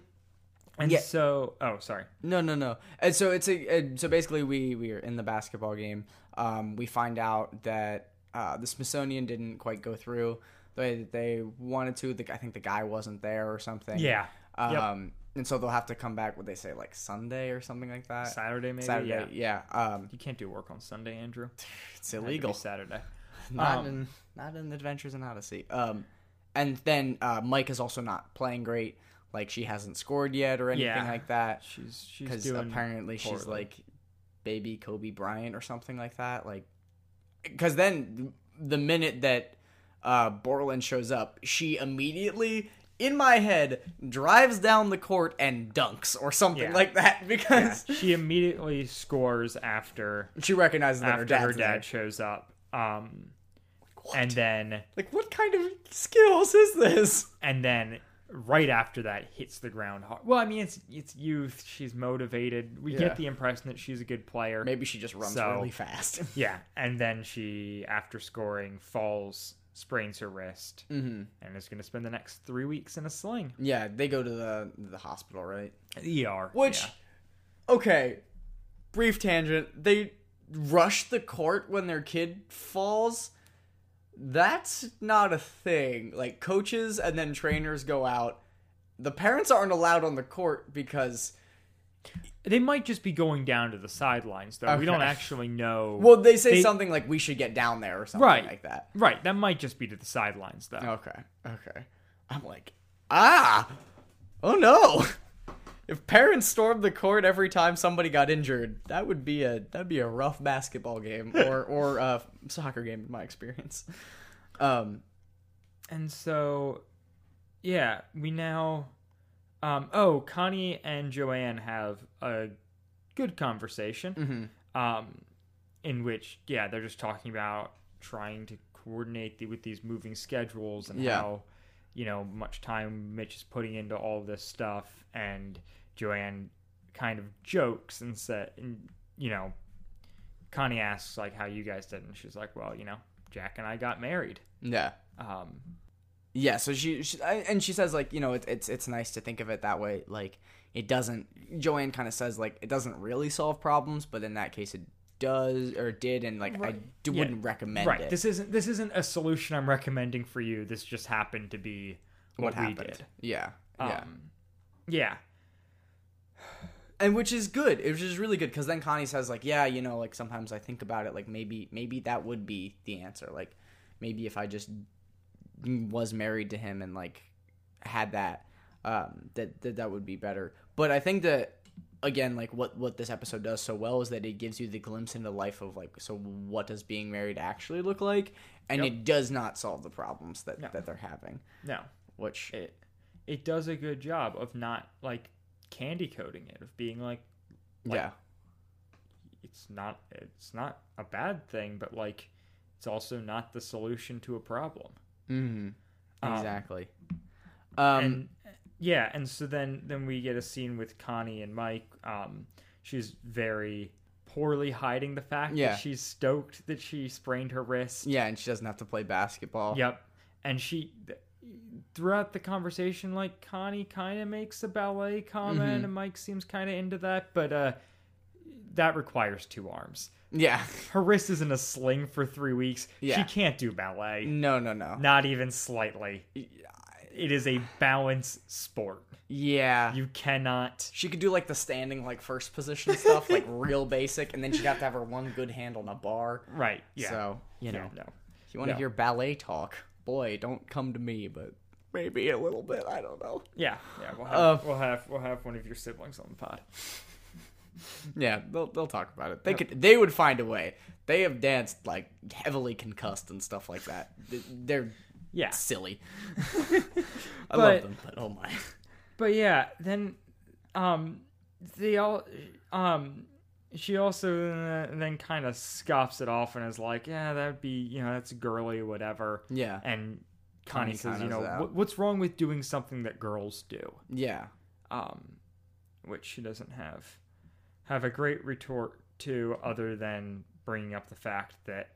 S2: and
S3: yeah.
S2: so oh sorry,
S3: No, no, no. And so it's a and so basically we we are in the basketball game. Um, we find out that uh, the Smithsonian didn't quite go through the way that they wanted to. The, I think the guy wasn't there or something.
S2: yeah, Yep.
S3: Um, and so they'll have to come back. What they say, like Sunday or something like that.
S2: Saturday maybe. Yeah,
S3: Saturday. Yeah. Um,
S2: you can't do work on Sunday, Andrew.
S3: it's
S2: It had to be
S3: illegal.
S2: Saturday.
S3: Not
S2: Um,
S3: in not in Adventures in Odyssey. Um, and then uh, Mike is also not playing great. Like she hasn't scored yet or anything
S2: Yeah.
S3: like that.
S2: She's she's
S3: because
S2: doing
S3: apparently she's
S2: poorly.
S3: like baby Kobe Bryant or something like that. Like, because then the minute that uh, Borland shows up, she immediately, in my head, drives down the court and dunks or something
S2: Yeah.
S3: like that because
S2: she immediately scores after
S3: she recognizes that her
S2: after
S3: dad's
S2: her dad
S3: there.
S2: shows up. Um, and then
S3: Like, what kind of skills is this?
S2: and then right after that hits the ground hard. Well, I mean it's it's youth. She's motivated. We
S3: Yeah.
S2: get the impression that she's a good player.
S3: Maybe she just runs
S2: So-
S3: really fast.
S2: Yeah, and then she after scoring falls, sprains her wrist, and is going to spend the next three weeks in a sling.
S3: yeah, they go to the the hospital, right?
S2: ER.
S3: Which,
S2: yeah.
S3: okay, brief tangent. They rush the court when their kid falls. That's not a thing. Like, coaches and then trainers go out. The parents aren't allowed on the court because,
S2: They might just be going down to the sidelines, though. We don't
S3: Okay.
S2: actually know.
S3: well, they say
S2: They-
S3: something like, we should get down there or something
S2: right
S3: like that.
S2: Right, that might just be to the sidelines, though.
S3: Okay, okay. I'm like, ah, oh no. If parents stormed the court every time somebody got injured, that would be a that'd be a rough basketball game or or a soccer game in my experience. Um,
S2: And so, yeah, we now. Um, oh, Connie and Joanne have a good conversation, um, in which yeah, they're just talking about trying to coordinate the, with these moving schedules and
S3: Yeah.
S2: how you know much time Mitch is putting into all this stuff, and Joanne kind of jokes and said, and, you know, Connie asks like how you guys did, and she's like, well, you know, Jack and I got married.
S3: yeah,
S2: Um,
S3: yeah. So she, she I- and she says like you know it's it's it's nice to think of it that way. Like it doesn't. Joanne kind of says like it doesn't really solve problems, but in that case it does or it did, and like I d-
S2: Yeah.
S3: wouldn't recommend
S2: right
S3: it.
S2: this isn't this isn't a solution i'm recommending for you this just happened to be what, we did
S3: Yeah, yeah.
S2: um yeah
S3: and which is good it was just really good because then connie says like yeah you know like sometimes i think about it like maybe maybe that would be the answer like maybe if i just was married to him and like had that um that that, that would be better but i think that again like what what this episode does so well is that it gives you the glimpse into the life of like so what does being married actually look like and it does not solve the problems that that they're having
S2: No,
S3: which
S2: it it does a good job of not like candy coating it of being like
S3: yeah
S2: it's not it's not a bad thing, but like it's also not the solution to a problem. Mm-hmm.
S3: exactly um
S2: and yeah, and so then then we get a scene with Connie and Mike. Um, she's very poorly hiding the fact
S3: Yeah.
S2: that she's stoked that she sprained her wrist.
S3: yeah and she doesn't have to play basketball
S2: Yep, and she th- throughout the conversation, like Connie kind of makes a ballet comment,
S3: Mm-hmm.
S2: and Mike seems kind of into that, but uh, that requires two arms.
S3: yeah
S2: Her wrist is in a sling for three weeks.
S3: Yeah.
S2: She can't do ballet,
S3: no no no
S2: not even slightly. It is a balance sport.
S3: yeah
S2: You cannot
S3: she could do like the standing like first position stuff like real basic and then she'd have to have her one good hand on a bar
S2: Right. Yeah.
S3: So, you
S2: Yeah,
S3: know.
S2: no.
S3: If you want to
S2: No.
S3: hear ballet talk, boy, don't come to me, but maybe a little bit. I don't know.
S2: Yeah. Yeah. We'll have,
S3: Uh,
S2: we'll have we'll have one of your siblings on the pod.
S3: Yeah, they'll they'll talk about it. They could they would find a way. They have danced like heavily concussed and stuff like that. Th- They're
S2: Yeah.
S3: silly. I
S2: But-
S3: love them, but oh my.
S2: But yeah, then um they all um she also uh, then kind of scoffs it off and is like, "Yeah, that would be you know that's girly, whatever."
S3: Yeah.
S2: And Connie,
S3: Connie
S2: says, "You
S3: counters
S2: know
S3: it out.
S2: what, what's wrong with doing something that girls do?"
S3: Yeah.
S2: Um, which she doesn't have have a great retort to other than bringing up the fact that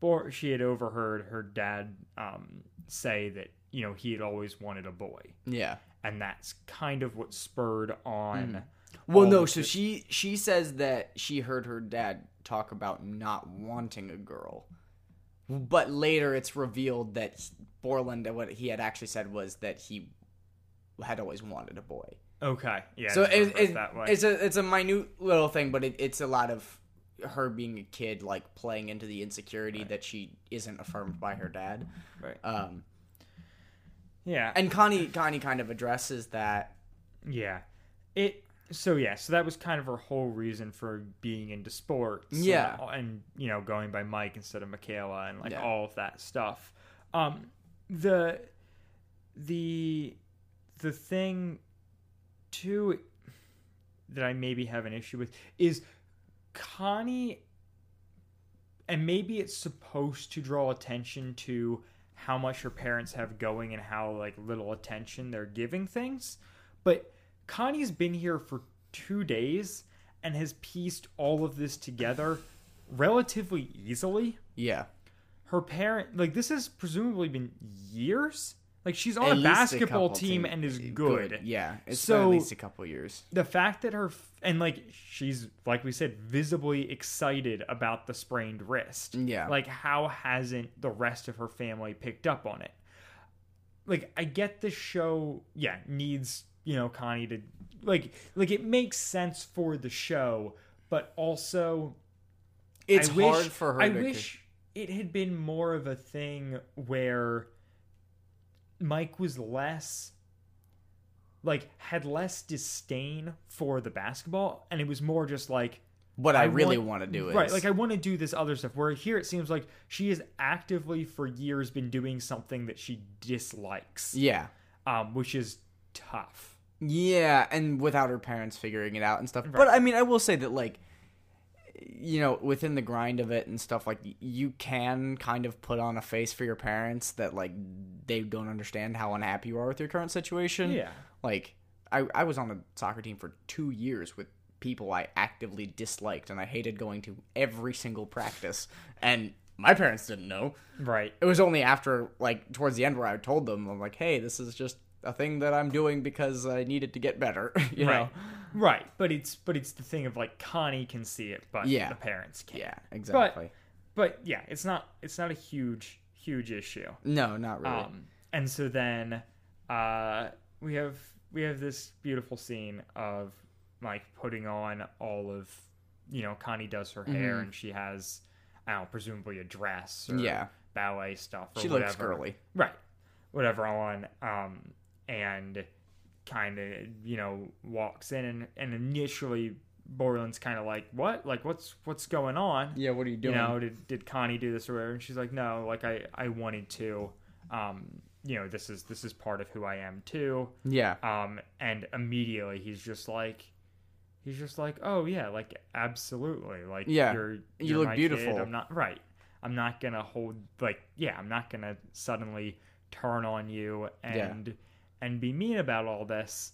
S2: Bor- she had overheard her dad um, say that you know he had always wanted a boy
S3: Yeah.
S2: and that's kind of what spurred on
S3: Well,
S2: all
S3: no.
S2: of
S3: So she she says that she heard her dad talk about not wanting a girl, but later it's revealed that Borland what he had actually said was that he had always wanted a boy.
S2: okay yeah
S3: Mm. So
S2: I didn't remember it
S3: it, it,
S2: that way
S3: it's a it's a minute little thing, but it, it's a lot of her being a kid, like playing into the insecurity that she isn't affirmed by her dad.
S2: Right.
S3: Um,
S2: yeah
S3: and Connie Connie kind of addresses that.
S2: yeah it so yeah so that was kind of her whole reason for being into sports and-
S3: Yeah.
S2: and, you know going by mike instead of michaela and like
S3: Yeah.
S2: all of that stuff um the the the thing too that i maybe have an issue with is connie and maybe it's supposed to draw attention to how much her parents have going and how like little attention they're giving things but connie's been here for two days and has pieced all of this together relatively easily
S3: Yeah.
S2: her parent like this has presumably been years like she's on
S3: At
S2: a
S3: least
S2: basketball
S3: couple
S2: team, and is good,
S3: Yeah. It's been
S2: so
S3: at least a couple years.
S2: the fact that her f- and like she's like we said visibly excited about the sprained wrist
S3: Yeah.
S2: like how hasn't the rest of her family picked up on it like i get the show yeah needs you know connie to like like it makes sense for the show but also
S3: It's
S2: I wish,
S3: hard for her.
S2: I
S3: to
S2: wish it had been more of a thing where Mike was less like had less disdain for the basketball and it was more just like
S3: What I, really
S2: want-
S3: want to do is
S2: right like i want to do this other stuff where here it seems like she has actively for years been doing something that she dislikes
S3: yeah.
S2: um which is tough
S3: Yeah, and without her parents figuring it out and stuff. But I mean, I will say that like you know, within the grind of it and stuff like you can kind of put on a face for your parents that like they don't understand how unhappy you are with your current situation.
S2: Yeah.
S3: Like I I was on a soccer team for 2 years with people I actively disliked and I hated going to every single practice and my parents didn't know
S2: right
S3: it was only after like towards the end where I told them I'm like, hey, this is just a thing that I'm doing because I needed to get better. you know?
S2: right right but it's but it's the thing of like connie can see it but
S3: Yeah.
S2: the parents can't
S3: Yeah, exactly.
S2: But yeah, it's not it's not a huge huge issue.
S3: no, not really.
S2: Um, and so then uh, we have we have this beautiful scene of Mike putting on all of you know Connie does her
S3: Mm-hmm.
S2: hair and she has I don't know, presumably a dress or
S3: Yeah.
S2: ballet stuff. Or
S3: she
S2: whatever.
S3: looks girly.
S2: right? Whatever on um and kind of you know walks in and, and initially Borland's kind of like what like what's what's going on
S3: Yeah, what are you doing?
S2: you know did, did Connie do this or whatever and she's like no like I I wanted to um you know this is this is part of who I am too
S3: yeah.
S2: um and immediately he's just like he's just like oh yeah like absolutely like
S3: Yeah,
S2: you're,
S3: you
S2: you're
S3: look
S2: my
S3: beautiful.
S2: kid. i'm not right i'm not gonna hold like yeah i'm not gonna suddenly turn on you and and be mean about all this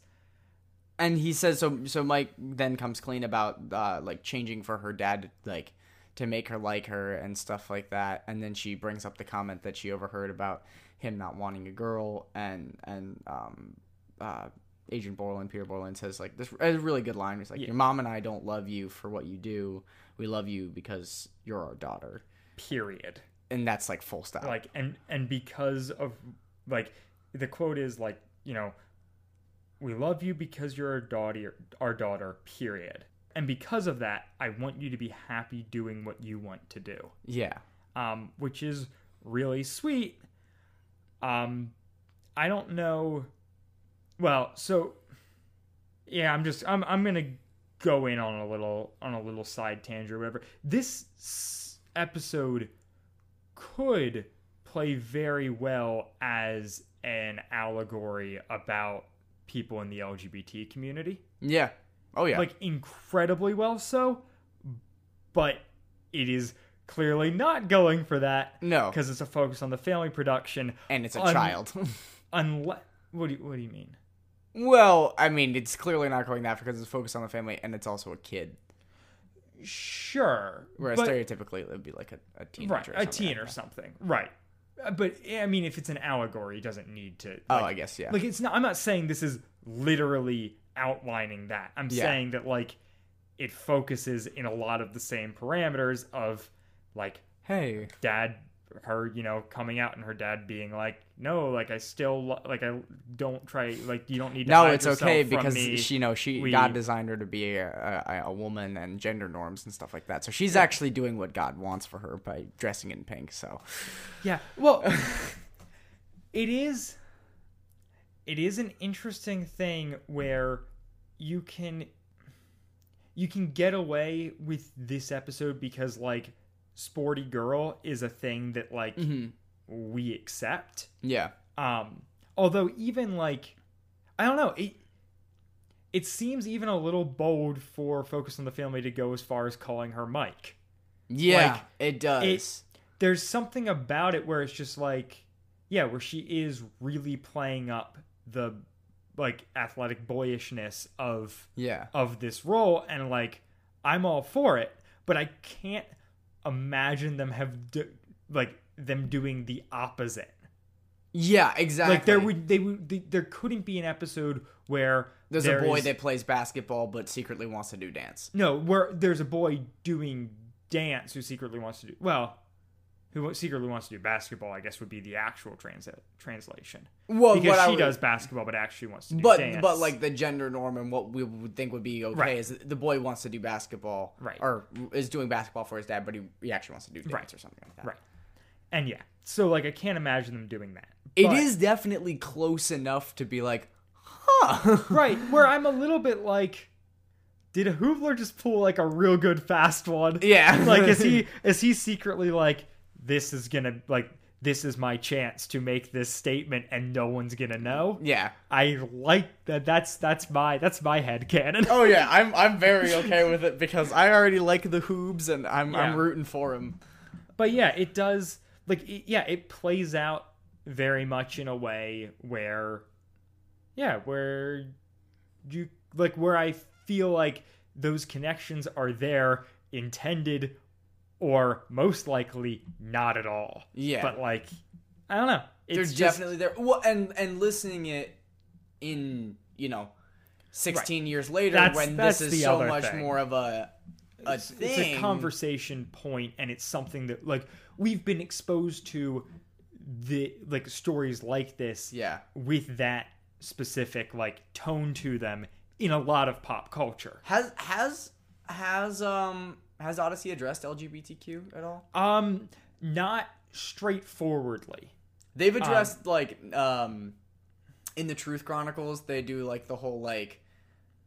S3: and he says so so mike then comes clean about uh like changing for her dad like to make her like her and stuff like that and then she brings up the comment that she overheard about him not wanting a girl and and um uh agent borland peter borland says like this a really good line he's like your mom and i don't love you for what you do we love you because you're our daughter
S2: period
S3: and that's like full stop
S2: like and and because of like the quote is like you know we love you because you're our daughter our daughter period and because of that i want you to be happy doing what you want to do
S3: yeah
S2: um, which is really sweet. Um, I don't know. Well, so yeah, I'm just I'm I'm gonna go in on a little on a little side tangent or whatever. This s- episode could play very well as an allegory about people in the LGBT community
S3: yeah oh yeah
S2: like incredibly well so but it is clearly not going for that
S3: No.
S2: because it's a focus on the family production
S3: and it's a
S2: un-
S3: child
S2: unless what do you, what do you mean
S3: well i mean it's clearly not going that because it's focused on the family and it's also a kid
S2: sure
S3: Whereas
S2: but-
S3: stereotypically it would be like a, a teenager
S2: right
S3: or
S2: a
S3: something
S2: teen
S3: like
S2: or
S3: that.
S2: something right Uh, but i mean if it's an allegory it doesn't need to
S3: Oh,
S2: like-
S3: I guess, yeah.
S2: like it's not i'm not saying this is literally outlining that i'm
S3: Yeah.
S2: saying that like it focuses in a lot of the same parameters of like
S3: Hey.
S2: dad her you know coming out and her dad being like no like i still lo- like i don't try like you don't need to
S3: No,
S2: hide
S3: it's
S2: yourself
S3: okay
S2: from
S3: because
S2: me.
S3: she, you know, she
S2: We-
S3: God designed her to be a, a, a woman and gender norms and stuff like that. So she's actually doing what God wants for her by dressing in pink. So
S2: yeah well it is it is an interesting thing where you can you can get away with this episode because like sporty girl is a thing that like
S3: Mm-hmm.
S2: we accept
S3: yeah,
S2: Um, although even like, I don't know, it it seems even a little bold for Focus on the Family to go as far as calling her Mike.
S3: yeah,
S2: Like,
S3: it does.
S2: It, there's something about it where it's just like, yeah, where she is really playing up the like athletic boyishness of
S3: yeah,
S2: of this role and like I'm all for it, but I can't imagine them have do, like them doing the opposite.
S3: yeah, exactly.
S2: Like there would they would they, there couldn't be an episode where
S3: there's
S2: there
S3: a boy
S2: is-
S3: that plays basketball but secretly wants to do dance.
S2: no where there's a boy doing dance who secretly wants to do well who secretly wants to do basketball I guess would be the actual transa- translation
S3: Well,
S2: because
S3: what I
S2: she
S3: would-
S2: does basketball but actually wants to do
S3: But
S2: dance
S3: but like the gender norm and what we would think would be okay
S2: Right.
S3: is the boy wants to do basketball,
S2: Right.
S3: Or is doing basketball for his dad, but he, he actually wants to do dance
S2: Right.
S3: or something like that.
S2: right and yeah so like I can't imagine them doing that
S3: It is
S2: But-
S3: definitely close enough to be like, huh?
S2: right where I'm a little bit like. Did a hoobler just pull like a real good fast one?
S3: Yeah.
S2: like is he is he secretly like this is gonna like this is my chance to make this statement and no one's gonna know
S3: yeah.
S2: i like that that's that's my that's my head canon
S3: Oh yeah, I'm I'm very okay with it because I already like the hoobs and I'm
S2: Yeah.
S3: I'm rooting for him.
S2: but yeah it does like it, yeah it plays out very much in a way where yeah where you like where i feel like those connections are there intended or most likely not at all
S3: Yeah.
S2: but like i don't know it's
S3: They're
S2: just-
S3: definitely there. Well, and and listening it in you know, sixteen years later
S2: That's-
S3: when
S2: that's
S3: this
S2: the
S3: is so
S2: other
S3: much
S2: thing.
S3: more of a a thing.
S2: it's a conversation point and it's something that like we've been exposed to the like stories like this
S3: Yeah.
S2: with that specific like tone to them in a lot of pop culture
S3: Has has has um has Odyssey addressed LGBTQ at all?
S2: um not straightforwardly
S3: They've addressed like um in the Truth Chronicles, they do like the whole like,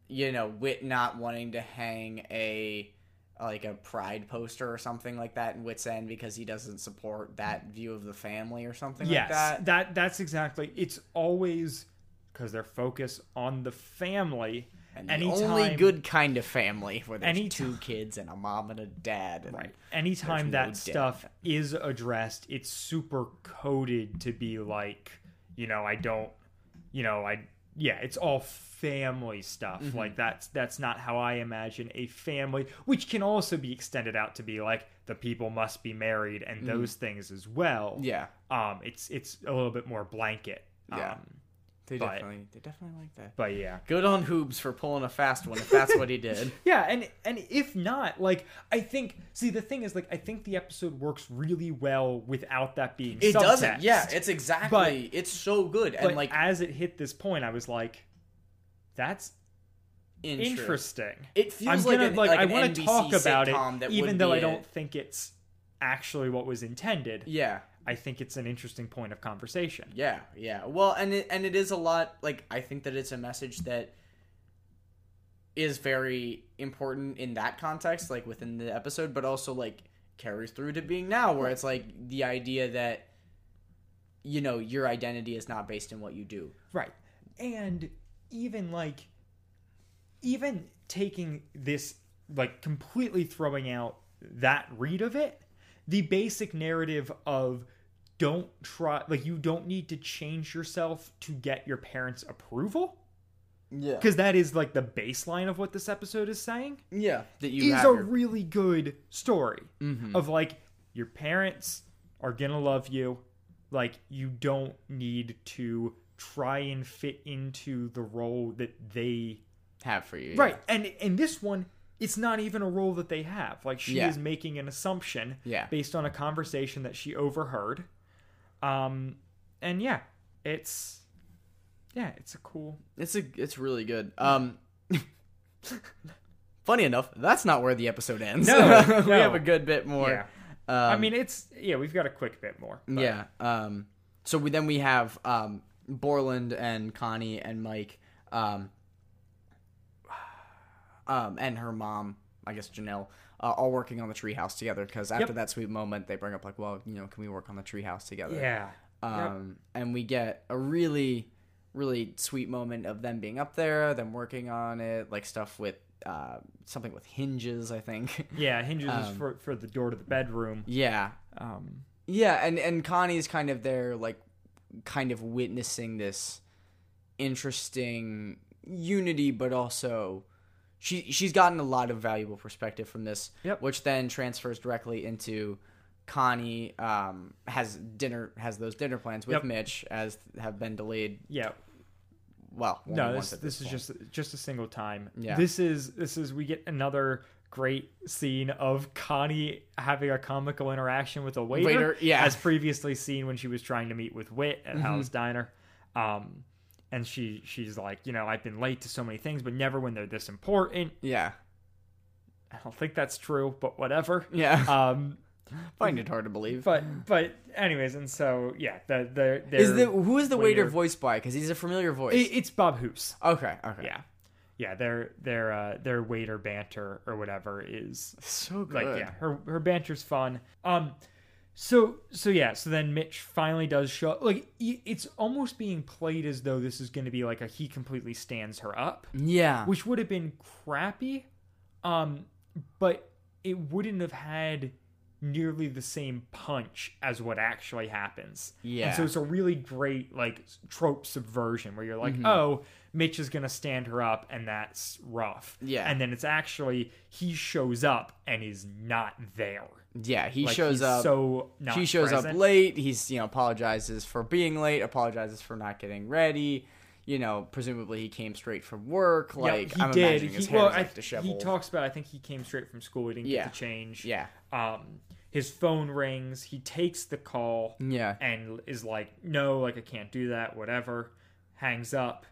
S3: you know, Wit not wanting to hang a like a pride poster or something like that in Wit's End because he doesn't support that view of the family or something
S2: yes,
S3: like that.
S2: that that's exactly. It's always because they're focused on the family.
S3: And
S2: anytime,
S3: the only good kind of family where there's
S2: Any
S3: two kids and a mom and a dad. And
S2: Right. Anytime
S3: no
S2: that
S3: debt.
S2: stuff is addressed, it's super coded to be like, you know, I don't, you know, I yeah, it's all family stuff.
S3: Mm-hmm.
S2: Like that's that's not how I imagine a family, which can also be extended out to be like the people must be married and those things as well.
S3: Mm-hmm. Yeah.
S2: Um it's it's a little bit more blanket.
S3: Yeah.
S2: Um
S3: They
S2: But-
S3: definitely, they definitely like that.
S2: but yeah.
S3: Good on Hoobs for pulling a fast one if that's what he did.
S2: Yeah, and and if not, like I think see the thing is like I think the episode works really well without that being
S3: It doesn't.
S2: subtext.
S3: Yeah, it's exactly. it's so good and
S2: but
S3: like
S2: as it hit this point, I was like, "That's
S3: interest.
S2: interesting."
S3: It feels
S2: I'm
S3: like
S2: gonna
S3: an-
S2: like,
S3: like
S2: I
S3: an
S2: want to
S3: NBC
S2: talk about
S3: sitcom
S2: it,
S3: that
S2: even
S3: would
S2: though
S3: be
S2: I don't
S3: it.
S2: think it's actually what was intended.
S3: Yeah,
S2: I think it's an interesting point of conversation.
S3: yeah, yeah. Well, and it and it is a lot. Like I think that it's a message that is very important in that context, like within the episode, but also like carries through to being now, where it's like the idea that you know your identity is not based in what you do.
S2: Right. And even like even taking this like completely throwing out that read of it, the basic narrative of don't try like you don't need to change yourself to get your parents' approval.
S3: Yeah,
S2: Because that is like the baseline of what this episode is saying.
S3: yeah. That you
S2: Is
S3: have
S2: a
S3: your- Mm-hmm.
S2: really good story of like your parents are gonna love you. Like you don't need to try and fit into the role that they
S3: have for you. yeah.
S2: right. And in this one, it's not even a role that they have. Like she
S3: Yeah.
S2: is making an assumption
S3: Yeah.
S2: based on a conversation that she overheard. Um, and yeah, it's yeah, it's a cool
S3: It's a it's really good. Um Funny enough, that's not where the episode ends.
S2: No,
S3: we
S2: no.
S3: have a good bit more.
S2: yeah.
S3: Um,
S2: I mean, it's yeah. We've got a quick bit more. but-
S3: Yeah. Um, so we, then we have um, Borland and Connie and Mike um, um, and her mom, I guess Janelle, uh, all working on the treehouse together because after
S2: Yep.
S3: that sweet moment, they bring up, like, well, you know, can we work on the treehouse together?
S2: Yeah.
S3: Um, And we get a really, really sweet moment of them being up there, them working on it, like stuff with uh, something with hinges, I think.
S2: Yeah, hinges
S3: Um,
S2: is for for the door to the bedroom.
S3: yeah.
S2: Um,
S3: Yeah, and and Connie's kind of there, like, kind of witnessing this interesting unity, but also she she's gotten a lot of valuable perspective from this,
S2: Yep.
S3: which then transfers directly into Connie um, has dinner has those dinner plans with
S2: Yep.
S3: Mitch as have been delayed.
S2: yeah.
S3: Well,
S2: No, this
S3: only once at
S2: this is
S3: point.
S2: just just a single time.
S3: Yeah.
S2: This is this is we get another great scene of Connie having a comical interaction with a waiter.
S3: Waiter, yeah. Mm-hmm.
S2: As previously seen when she was trying to meet with Wit at Hal's Diner. Um and she she's like, you know, I've been late to so many things, but never when they're this important.
S3: yeah.
S2: I don't think that's true, but whatever.
S3: Yeah.
S2: Um
S3: Find it hard to believe.
S2: but but anyways, and so yeah, the the
S3: is
S2: their
S3: the who is the waiter,
S2: waiter-
S3: voiced by? Because he's a familiar voice.
S2: it- it's Bob Hoos.
S3: okay. Okay.
S2: yeah yeah their their uh their waiter banter or whatever is
S3: So good.
S2: like yeah her her banter's fun um so so yeah so then mitch finally does show up like i- it's almost being played as though this is going to be like a he completely stands her up
S3: Yeah.
S2: which would have been crappy um but it wouldn't have had nearly the same punch as what actually happens
S3: Yeah.
S2: and so it's a really great like trope subversion where you're like
S3: Mm-hmm.
S2: oh mitch is gonna stand her up and that's rough
S3: Yeah.
S2: and then it's actually he shows up and is not there
S3: yeah. He
S2: Like,
S3: shows
S2: he's
S3: up.
S2: so not
S3: he shows
S2: present.
S3: up late. He's you know apologizes for being late. Apologizes for not getting ready. You know, presumably he came straight from work.
S2: Yeah,
S3: Like
S2: he
S3: I'm
S2: did.
S3: imagining his
S2: He-
S3: hair
S2: well,
S3: is,
S2: I-
S3: like disheveled.
S2: He talks about. I think he came straight from school. He didn't
S3: Yeah.
S2: get to change.
S3: Yeah.
S2: Um, his phone rings. He takes the call.
S3: Yeah.
S2: And is like, no, like I can't do that. Whatever. Hangs up.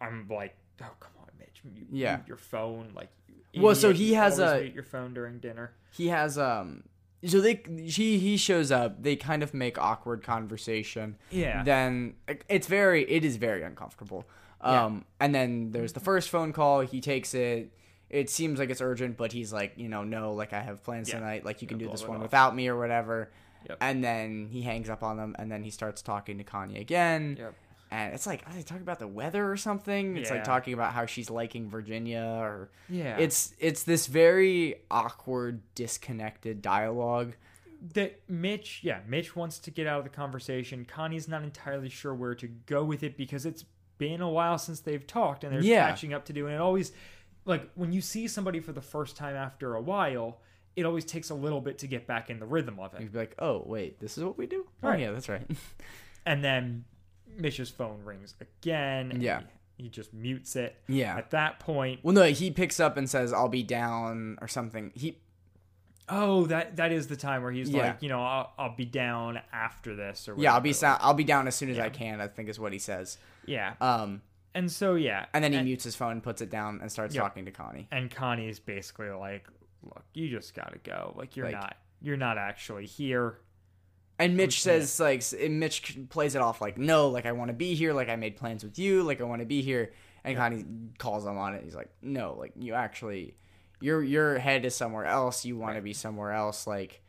S2: I'm like, oh come on, Mitch. You,
S3: Yeah.
S2: mute your phone. Like. you
S3: Well, so
S2: idiot.
S3: he
S2: You
S3: has
S2: always
S3: a-
S2: mute your phone during dinner.
S3: He has um so they she he shows up. They kind of make awkward conversation.
S2: Yeah.
S3: Then like, it's very it is very uncomfortable. Um and then there's the first phone call. He takes it. It seems like it's urgent, but he's like, you know, no, like I have plans tonight. Like you can do this one without me or whatever.
S7: Yep.
S3: And then he hangs up on them, and then he starts talking to Kanye again.
S7: Yep.
S3: And it's like I talk about the weather or something. It's
S2: Yeah.
S3: like talking about how she's liking Virginia or
S7: Yeah.
S3: It's it's this very awkward, disconnected dialogue.
S2: that Mitch, yeah, Mitch wants to get out of the conversation. Connie's not entirely sure where to go with it because it's been a while since they've talked and they're
S3: Yeah.
S2: catching up to do. And it always, like, when you see somebody for the first time after a while, it always takes a little bit to get back in the rhythm of it.
S3: You'd be like, oh wait, this is what we do. Oh
S2: Right.
S3: yeah, that's right.
S2: And then Mitch's phone rings again. and
S3: Yeah.
S2: He, he just mutes it.
S3: Yeah.
S2: At that point,
S3: well, no, he picks up and says, "I'll be down" or something. He
S2: oh, that that is the time where he's
S3: Yeah.
S2: like, you know, I'll, I'll be down after this or whatever.
S3: yeah, I'll be sound, I'll be down as soon as I can. I think is what he says.
S2: Yeah.
S3: Um,
S2: and so, yeah.
S3: and then he mutes his phone, puts it down, and starts
S2: Yeah.
S3: talking to Connie.
S2: and Connie's basically like, "Look, you just gotta go. Like you're
S3: Like-
S2: not, you're not actually here."
S3: And Mitch says like, s- and Mitch c- plays it off like, no, like I want to be here, like I made plans with you, like I want to be here. And Connie calls him on it. He's like, no, like you actually, your your head is somewhere else. You want to be somewhere else, like.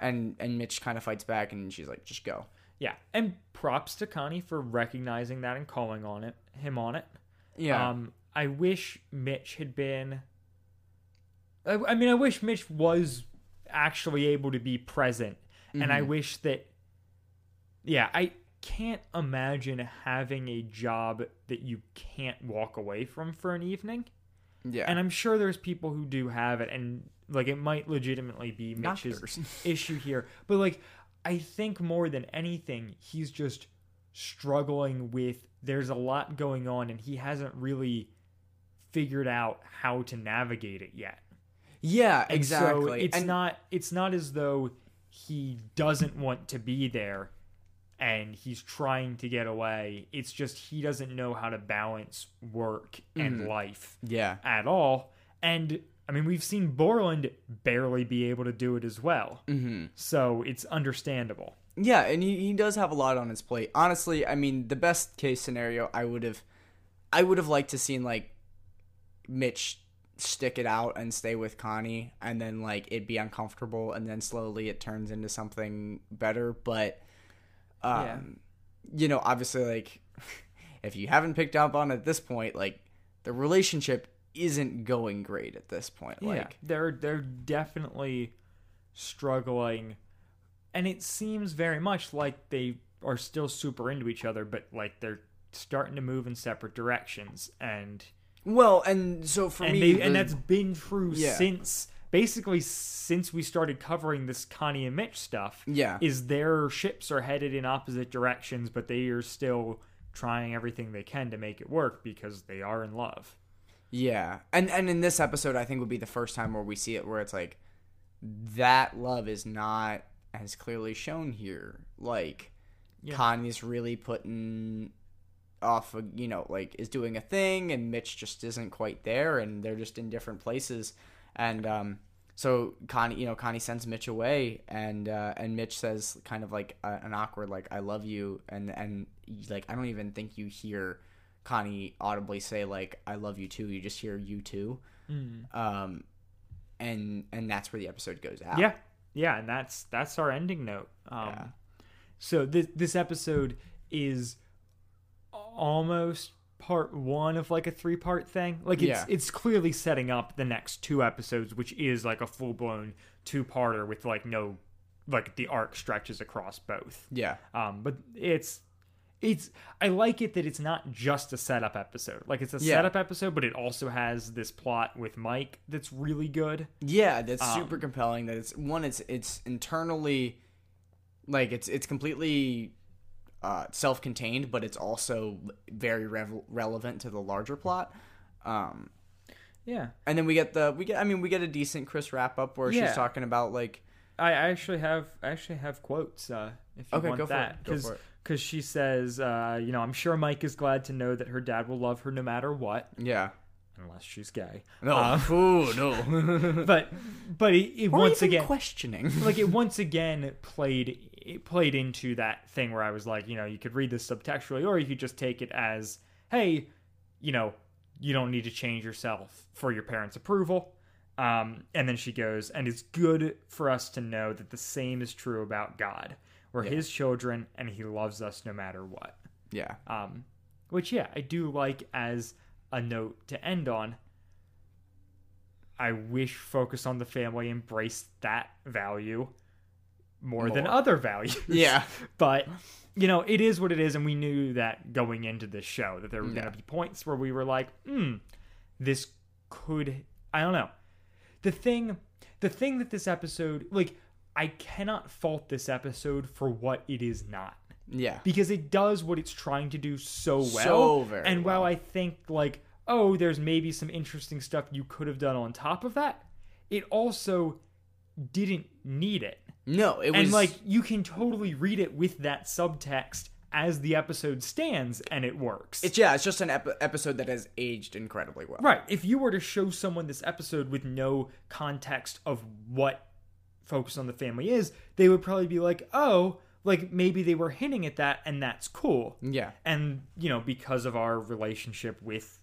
S3: And and Mitch kind of fights back, and she's like, just go.
S2: Yeah, and props to Connie for recognizing that and calling on it, him on it.
S3: Yeah.
S2: Um, I wish Mitch had been. I, I mean, I wish Mitch was actually able to be present, and
S3: Mm-hmm.
S2: I wish that. Yeah, I can't imagine having a job that you can't walk away from for an evening.
S3: yeah.
S2: and I'm sure there's people who do have it, and like it might legitimately be Mitch's
S3: Doctors.
S2: issue here. But like, I think more than anything, he's just struggling with there's a lot going on, and he hasn't really figured out how to navigate it yet.
S3: yeah.
S2: And so
S3: Exactly.
S2: it's
S3: and,
S2: not it's not as though he doesn't want to be there and he's trying to get away. It's just he doesn't know how to balance work
S3: Mm-hmm.
S2: and life
S3: Yeah.
S2: at all. And I mean, we've seen Borland barely be able to do it as well. Mm-hmm. So it's understandable.
S3: Yeah, and he, he does have a lot on his plate. Honestly, I mean, the best case scenario, I would have, I would have liked to seen like Mitch stick it out and stay with Connie, and then like it be uncomfortable, and then slowly it turns into something better. But, um, you know, obviously, like if you haven't picked up on it at this point, like the relationship isn't going great at this point. Like,
S2: they're they're definitely struggling, and it seems very much like they are still super into each other, but like they're starting to move in separate directions, and
S3: well, and so for
S2: and
S3: me,
S2: they, and
S3: the-
S2: that's been true
S3: Yeah.
S2: since basically since we started covering this Connie and Mitch stuff.
S3: Yeah.
S2: is their ships are headed in opposite directions, but they are still trying everything they can to make it work because they are in love.
S3: Yeah. And and in this episode I think would be the first time where we see it where it's like that love is not as clearly shown here. Like Kanye's really putting off a, you know, like is doing a thing and Mitch just isn't quite there and they're just in different places. And um so Connie, you know, Connie sends Mitch away, and uh, and Mitch says kind of like a, an awkward like "I love you," and and like I don't even think you hear Connie audibly say like "I love you too." You just hear "you too," um, and and that's where the episode goes out.
S2: Yeah, yeah, and that's that's our ending note. Um, So this this episode is almost part one of like a three part thing. Like it's
S3: Yeah.
S2: it's clearly setting up the next two episodes, which is like a full blown two parter with like no like the arc stretches across both.
S3: yeah,
S2: Um, but it's it's I like it that it's not just a setup episode. Like it's a
S3: Yeah.
S2: setup episode, but it also has this plot with Mike that's really good.
S3: yeah. That's
S2: Um,
S3: super compelling. That it's one. It's it's internally like it's it's completely uh, self-contained, but it's also very rev- relevant to the larger plot. Um,
S2: Yeah.
S3: And then we get the we get I mean we get a decent Chris wrap up where
S2: Yeah.
S3: she's talking about like
S2: I I actually have I actually have quotes uh, if you
S3: Okay,
S2: want
S3: go for
S2: that
S3: it, go for it.
S2: because she says uh, you know I'm sure Mike is glad to know that her dad will love her no matter what
S3: yeah
S2: unless she's gay.
S3: No. Ooh, no.
S2: But but it, it
S3: Or
S2: once
S3: even
S2: again
S3: questioning.
S2: like it once again played it played into that thing where I was like, you know, you could read this subtextually or you could just take it as, hey, you know, you don't need to change yourself for your parents' approval. Um, and then she goes, and it's good for us to know that the same is true about God. We're his children and he loves us no matter what.
S3: yeah.
S2: Um, which yeah, I do like as a note to end on. I wish Focus on the Family embraced that value more, than
S3: More.
S2: other values.
S3: Yeah.
S2: But you know, it is what it is, and we knew that going into this show that there were going to be points where we were like, "Hmm, this could." I don't know. The thing, the thing that this episode, like, I cannot fault this episode for what it is not
S3: Yeah.
S2: because it does what it's trying to do so well.
S3: So very
S2: and while
S3: well.
S2: I think like, oh, there's maybe some interesting stuff you could have done on top of that, it also didn't need it.
S3: No, it was
S2: And like you can totally read it with that subtext as the episode stands and it works.
S3: it's yeah, it's just an ep- episode that has aged incredibly well.
S2: Right. If you were to show someone this episode with no context of what Focus on the Family is, they would probably be like, oh, like maybe they were hinting at that and that's cool.
S3: Yeah.
S2: And, you know, because of our relationship with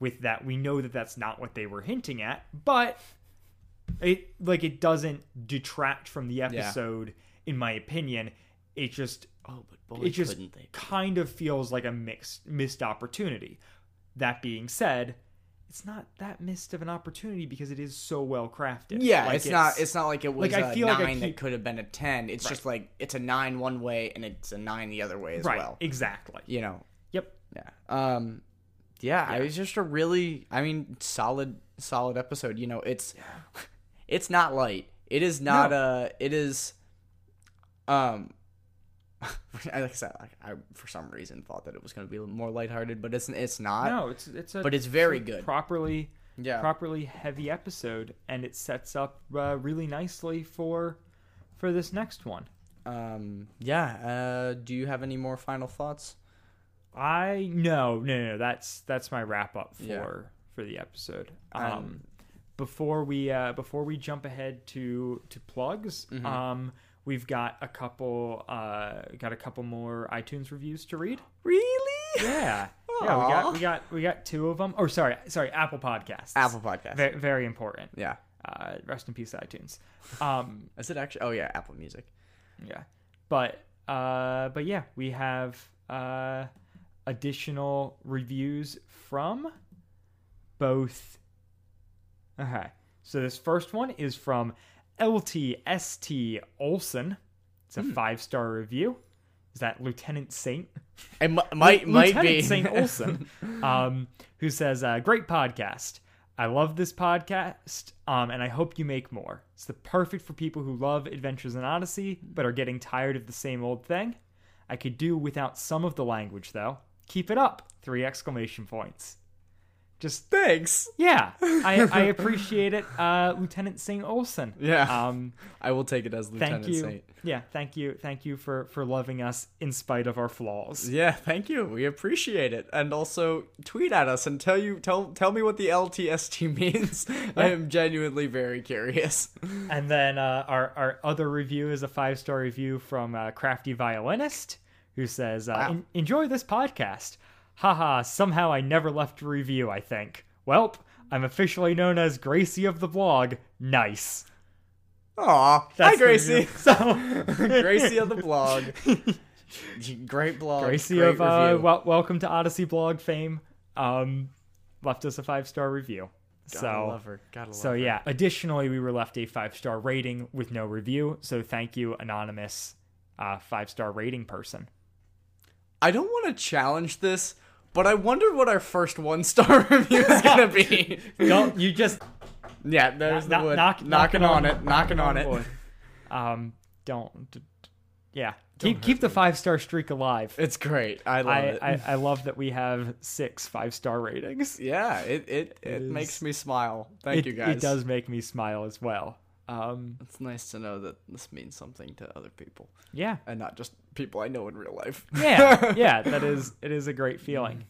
S2: with that, we know that that's not what they were hinting at, but it like it doesn't detract from the episode in my opinion. It just
S3: Oh, but
S2: it just kind of feels like a mixed missed opportunity. That being said, it's not that missed of an opportunity because it is so well crafted.
S3: Yeah,
S2: Like,
S3: it's, not. It's not like it was
S2: like, I
S3: a
S2: feel like
S3: nine
S2: I
S3: that
S2: keep-
S3: could have been a ten. It's just like it's a nine one way and it's a nine the other way as
S2: right.
S3: well.
S2: Exactly.
S3: You know.
S2: Yep.
S3: Yeah. Um. Yeah, it was just a really, I mean, solid, solid episode. You know, it's, it's not light. It is not uh It is, um, I- like I said, like, I for some reason thought that it was going to be more lighthearted, but it's it's not.
S2: No, it's it's a
S3: But it's very
S2: a
S3: good.
S2: Properly
S3: Yeah.
S2: properly heavy episode and it sets up uh, really nicely for for this next one.
S3: Um. Yeah. Uh. Do you have any more final thoughts?
S2: I no no no that's that's my wrap up for
S3: Yeah.
S2: for the episode. Um, before we uh, before we jump ahead to to plugs,
S3: Mm-hmm.
S2: um, we've got a couple uh, got a couple more iTunes reviews to read.
S3: Really?
S2: Yeah, yeah, we got
S3: Aw.
S2: we got we got two of them. Or sorry sorry Apple Podcasts.
S3: Apple Podcasts.
S2: Ve- very important.
S3: Yeah.
S2: Uh, rest in peace, iTunes. Um,
S3: Is it actually? Oh yeah, Apple Music.
S2: yeah but uh but yeah we have uh additional reviews from both okay so this first one is from ltst olson it's a five star review is that lieutenant saint
S3: It mi- might might
S2: Lieutenant
S3: be.
S2: Saint Olson, um, who says, uh, "Great podcast. I love this podcast, um, and I hope you make more. It's the perfect for people who love Adventures in Odyssey but are getting tired of the same old thing. I could do without some of the language, though. Keep it up! Three exclamation points. Just
S3: Thanks.
S2: yeah, I, I appreciate it, uh, Lieutenant Saint Olson.
S3: Yeah.
S2: Um,
S3: I will take it as Lieutenant
S2: thank you.
S3: Saint.
S2: Yeah, thank you, thank you for for loving us in spite of our flaws.
S3: Yeah, thank you. We appreciate it. And also tweet at us and tell you tell tell me what the LTST means. I am genuinely very curious.
S2: And then uh, our our other review is a five star review from uh, Crafty Violinist, who says, uh, "En- "Enjoy this podcast." Haha! Somehow I never left a review. I think. Welp, I'm officially known as Gracie of the blog. Nice.
S3: Aw. Hi
S2: That's the
S3: Gracie.
S2: review. So
S3: Gracie of the blog. Great blog.
S2: Gracie
S3: great
S2: of uh,
S3: review.
S2: wel- welcome to Odyssey blog fame. Um, left us a five star review. so
S3: Gotta love her. Gotta love
S2: So
S3: her.
S2: yeah. Additionally, we were left a five star rating with no review. So thank you, anonymous uh, five star rating person.
S3: I don't want to challenge this, but I wonder what our first one star review is gonna be.
S2: Don't you just
S3: yeah, there's
S2: knock-
S3: the wood.
S2: knock- knocking
S3: knocking, on,
S2: on-
S3: it, knocking on it.
S2: wood. um don't d- d- yeah keep keep the five star streak alive.
S3: It's great. I love
S2: I,
S3: it.
S2: I I love that we have six five star ratings.
S3: yeah, it it, it, makes
S2: is-
S3: me smile. Thank
S2: it,
S3: you guys.
S2: It does make me smile as well. Um
S3: It's nice to know that this means something to other people
S2: yeah
S3: and not just people I know in real life.
S2: yeah yeah that is it is a great feeling.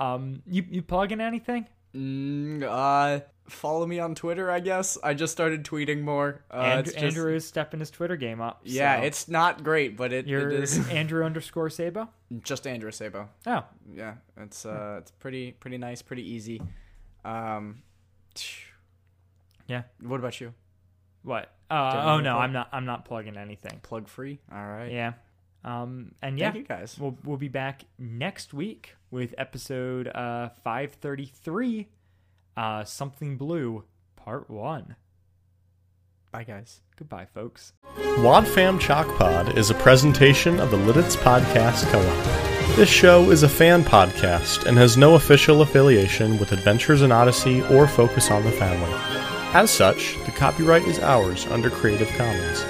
S2: Um you you plugging anything?
S3: Mm, uh, follow me on Twitter, I guess. I just started tweeting more. Uh,
S2: And-
S3: it's just-
S2: Andrew is stepping his Twitter game up.
S3: Yeah,
S2: so
S3: it's not great, but it,
S2: you're
S3: it is
S2: Andrew underscore Sabo.
S3: just Andrew Sabo.
S2: Oh,
S3: Yeah, it's uh, it's pretty pretty nice, pretty easy. Um,
S2: yeah.
S3: what about you?
S2: What?
S3: Do you
S2: Uh,
S3: have
S2: oh
S3: any
S2: no,
S3: plug?
S2: I'm not. I'm not plugging anything.
S3: Plug free. All right.
S2: Yeah. Um. And yeah,
S3: Thank you guys.
S2: We'll we'll be back next week with episode uh 533, uh something blue part one.
S3: Bye, guys.
S2: Goodbye, folks.
S1: Wadfam Chalk Pod is a presentation of the Lidditz Podcast Co-op. This show is a fan podcast and has no official affiliation with Adventures in Odyssey or Focus on the Family. As such, the copyright is ours under Creative Commons.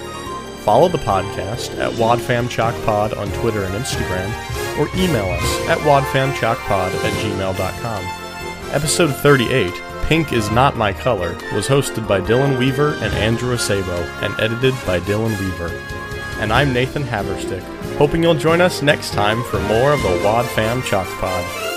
S1: Follow the podcast at Wadfam Chalk Pod on Twitter and Instagram, or email us at wadfamchalkpod at gmail.com. Episode 38, Pink is Not My Color, was hosted by Dylan Weaver and Andrew Acebo and edited by Dylan Weaver. And I'm Nathan Haverstick, hoping you'll join us next time for more of the Wad Fam Chalk Pod.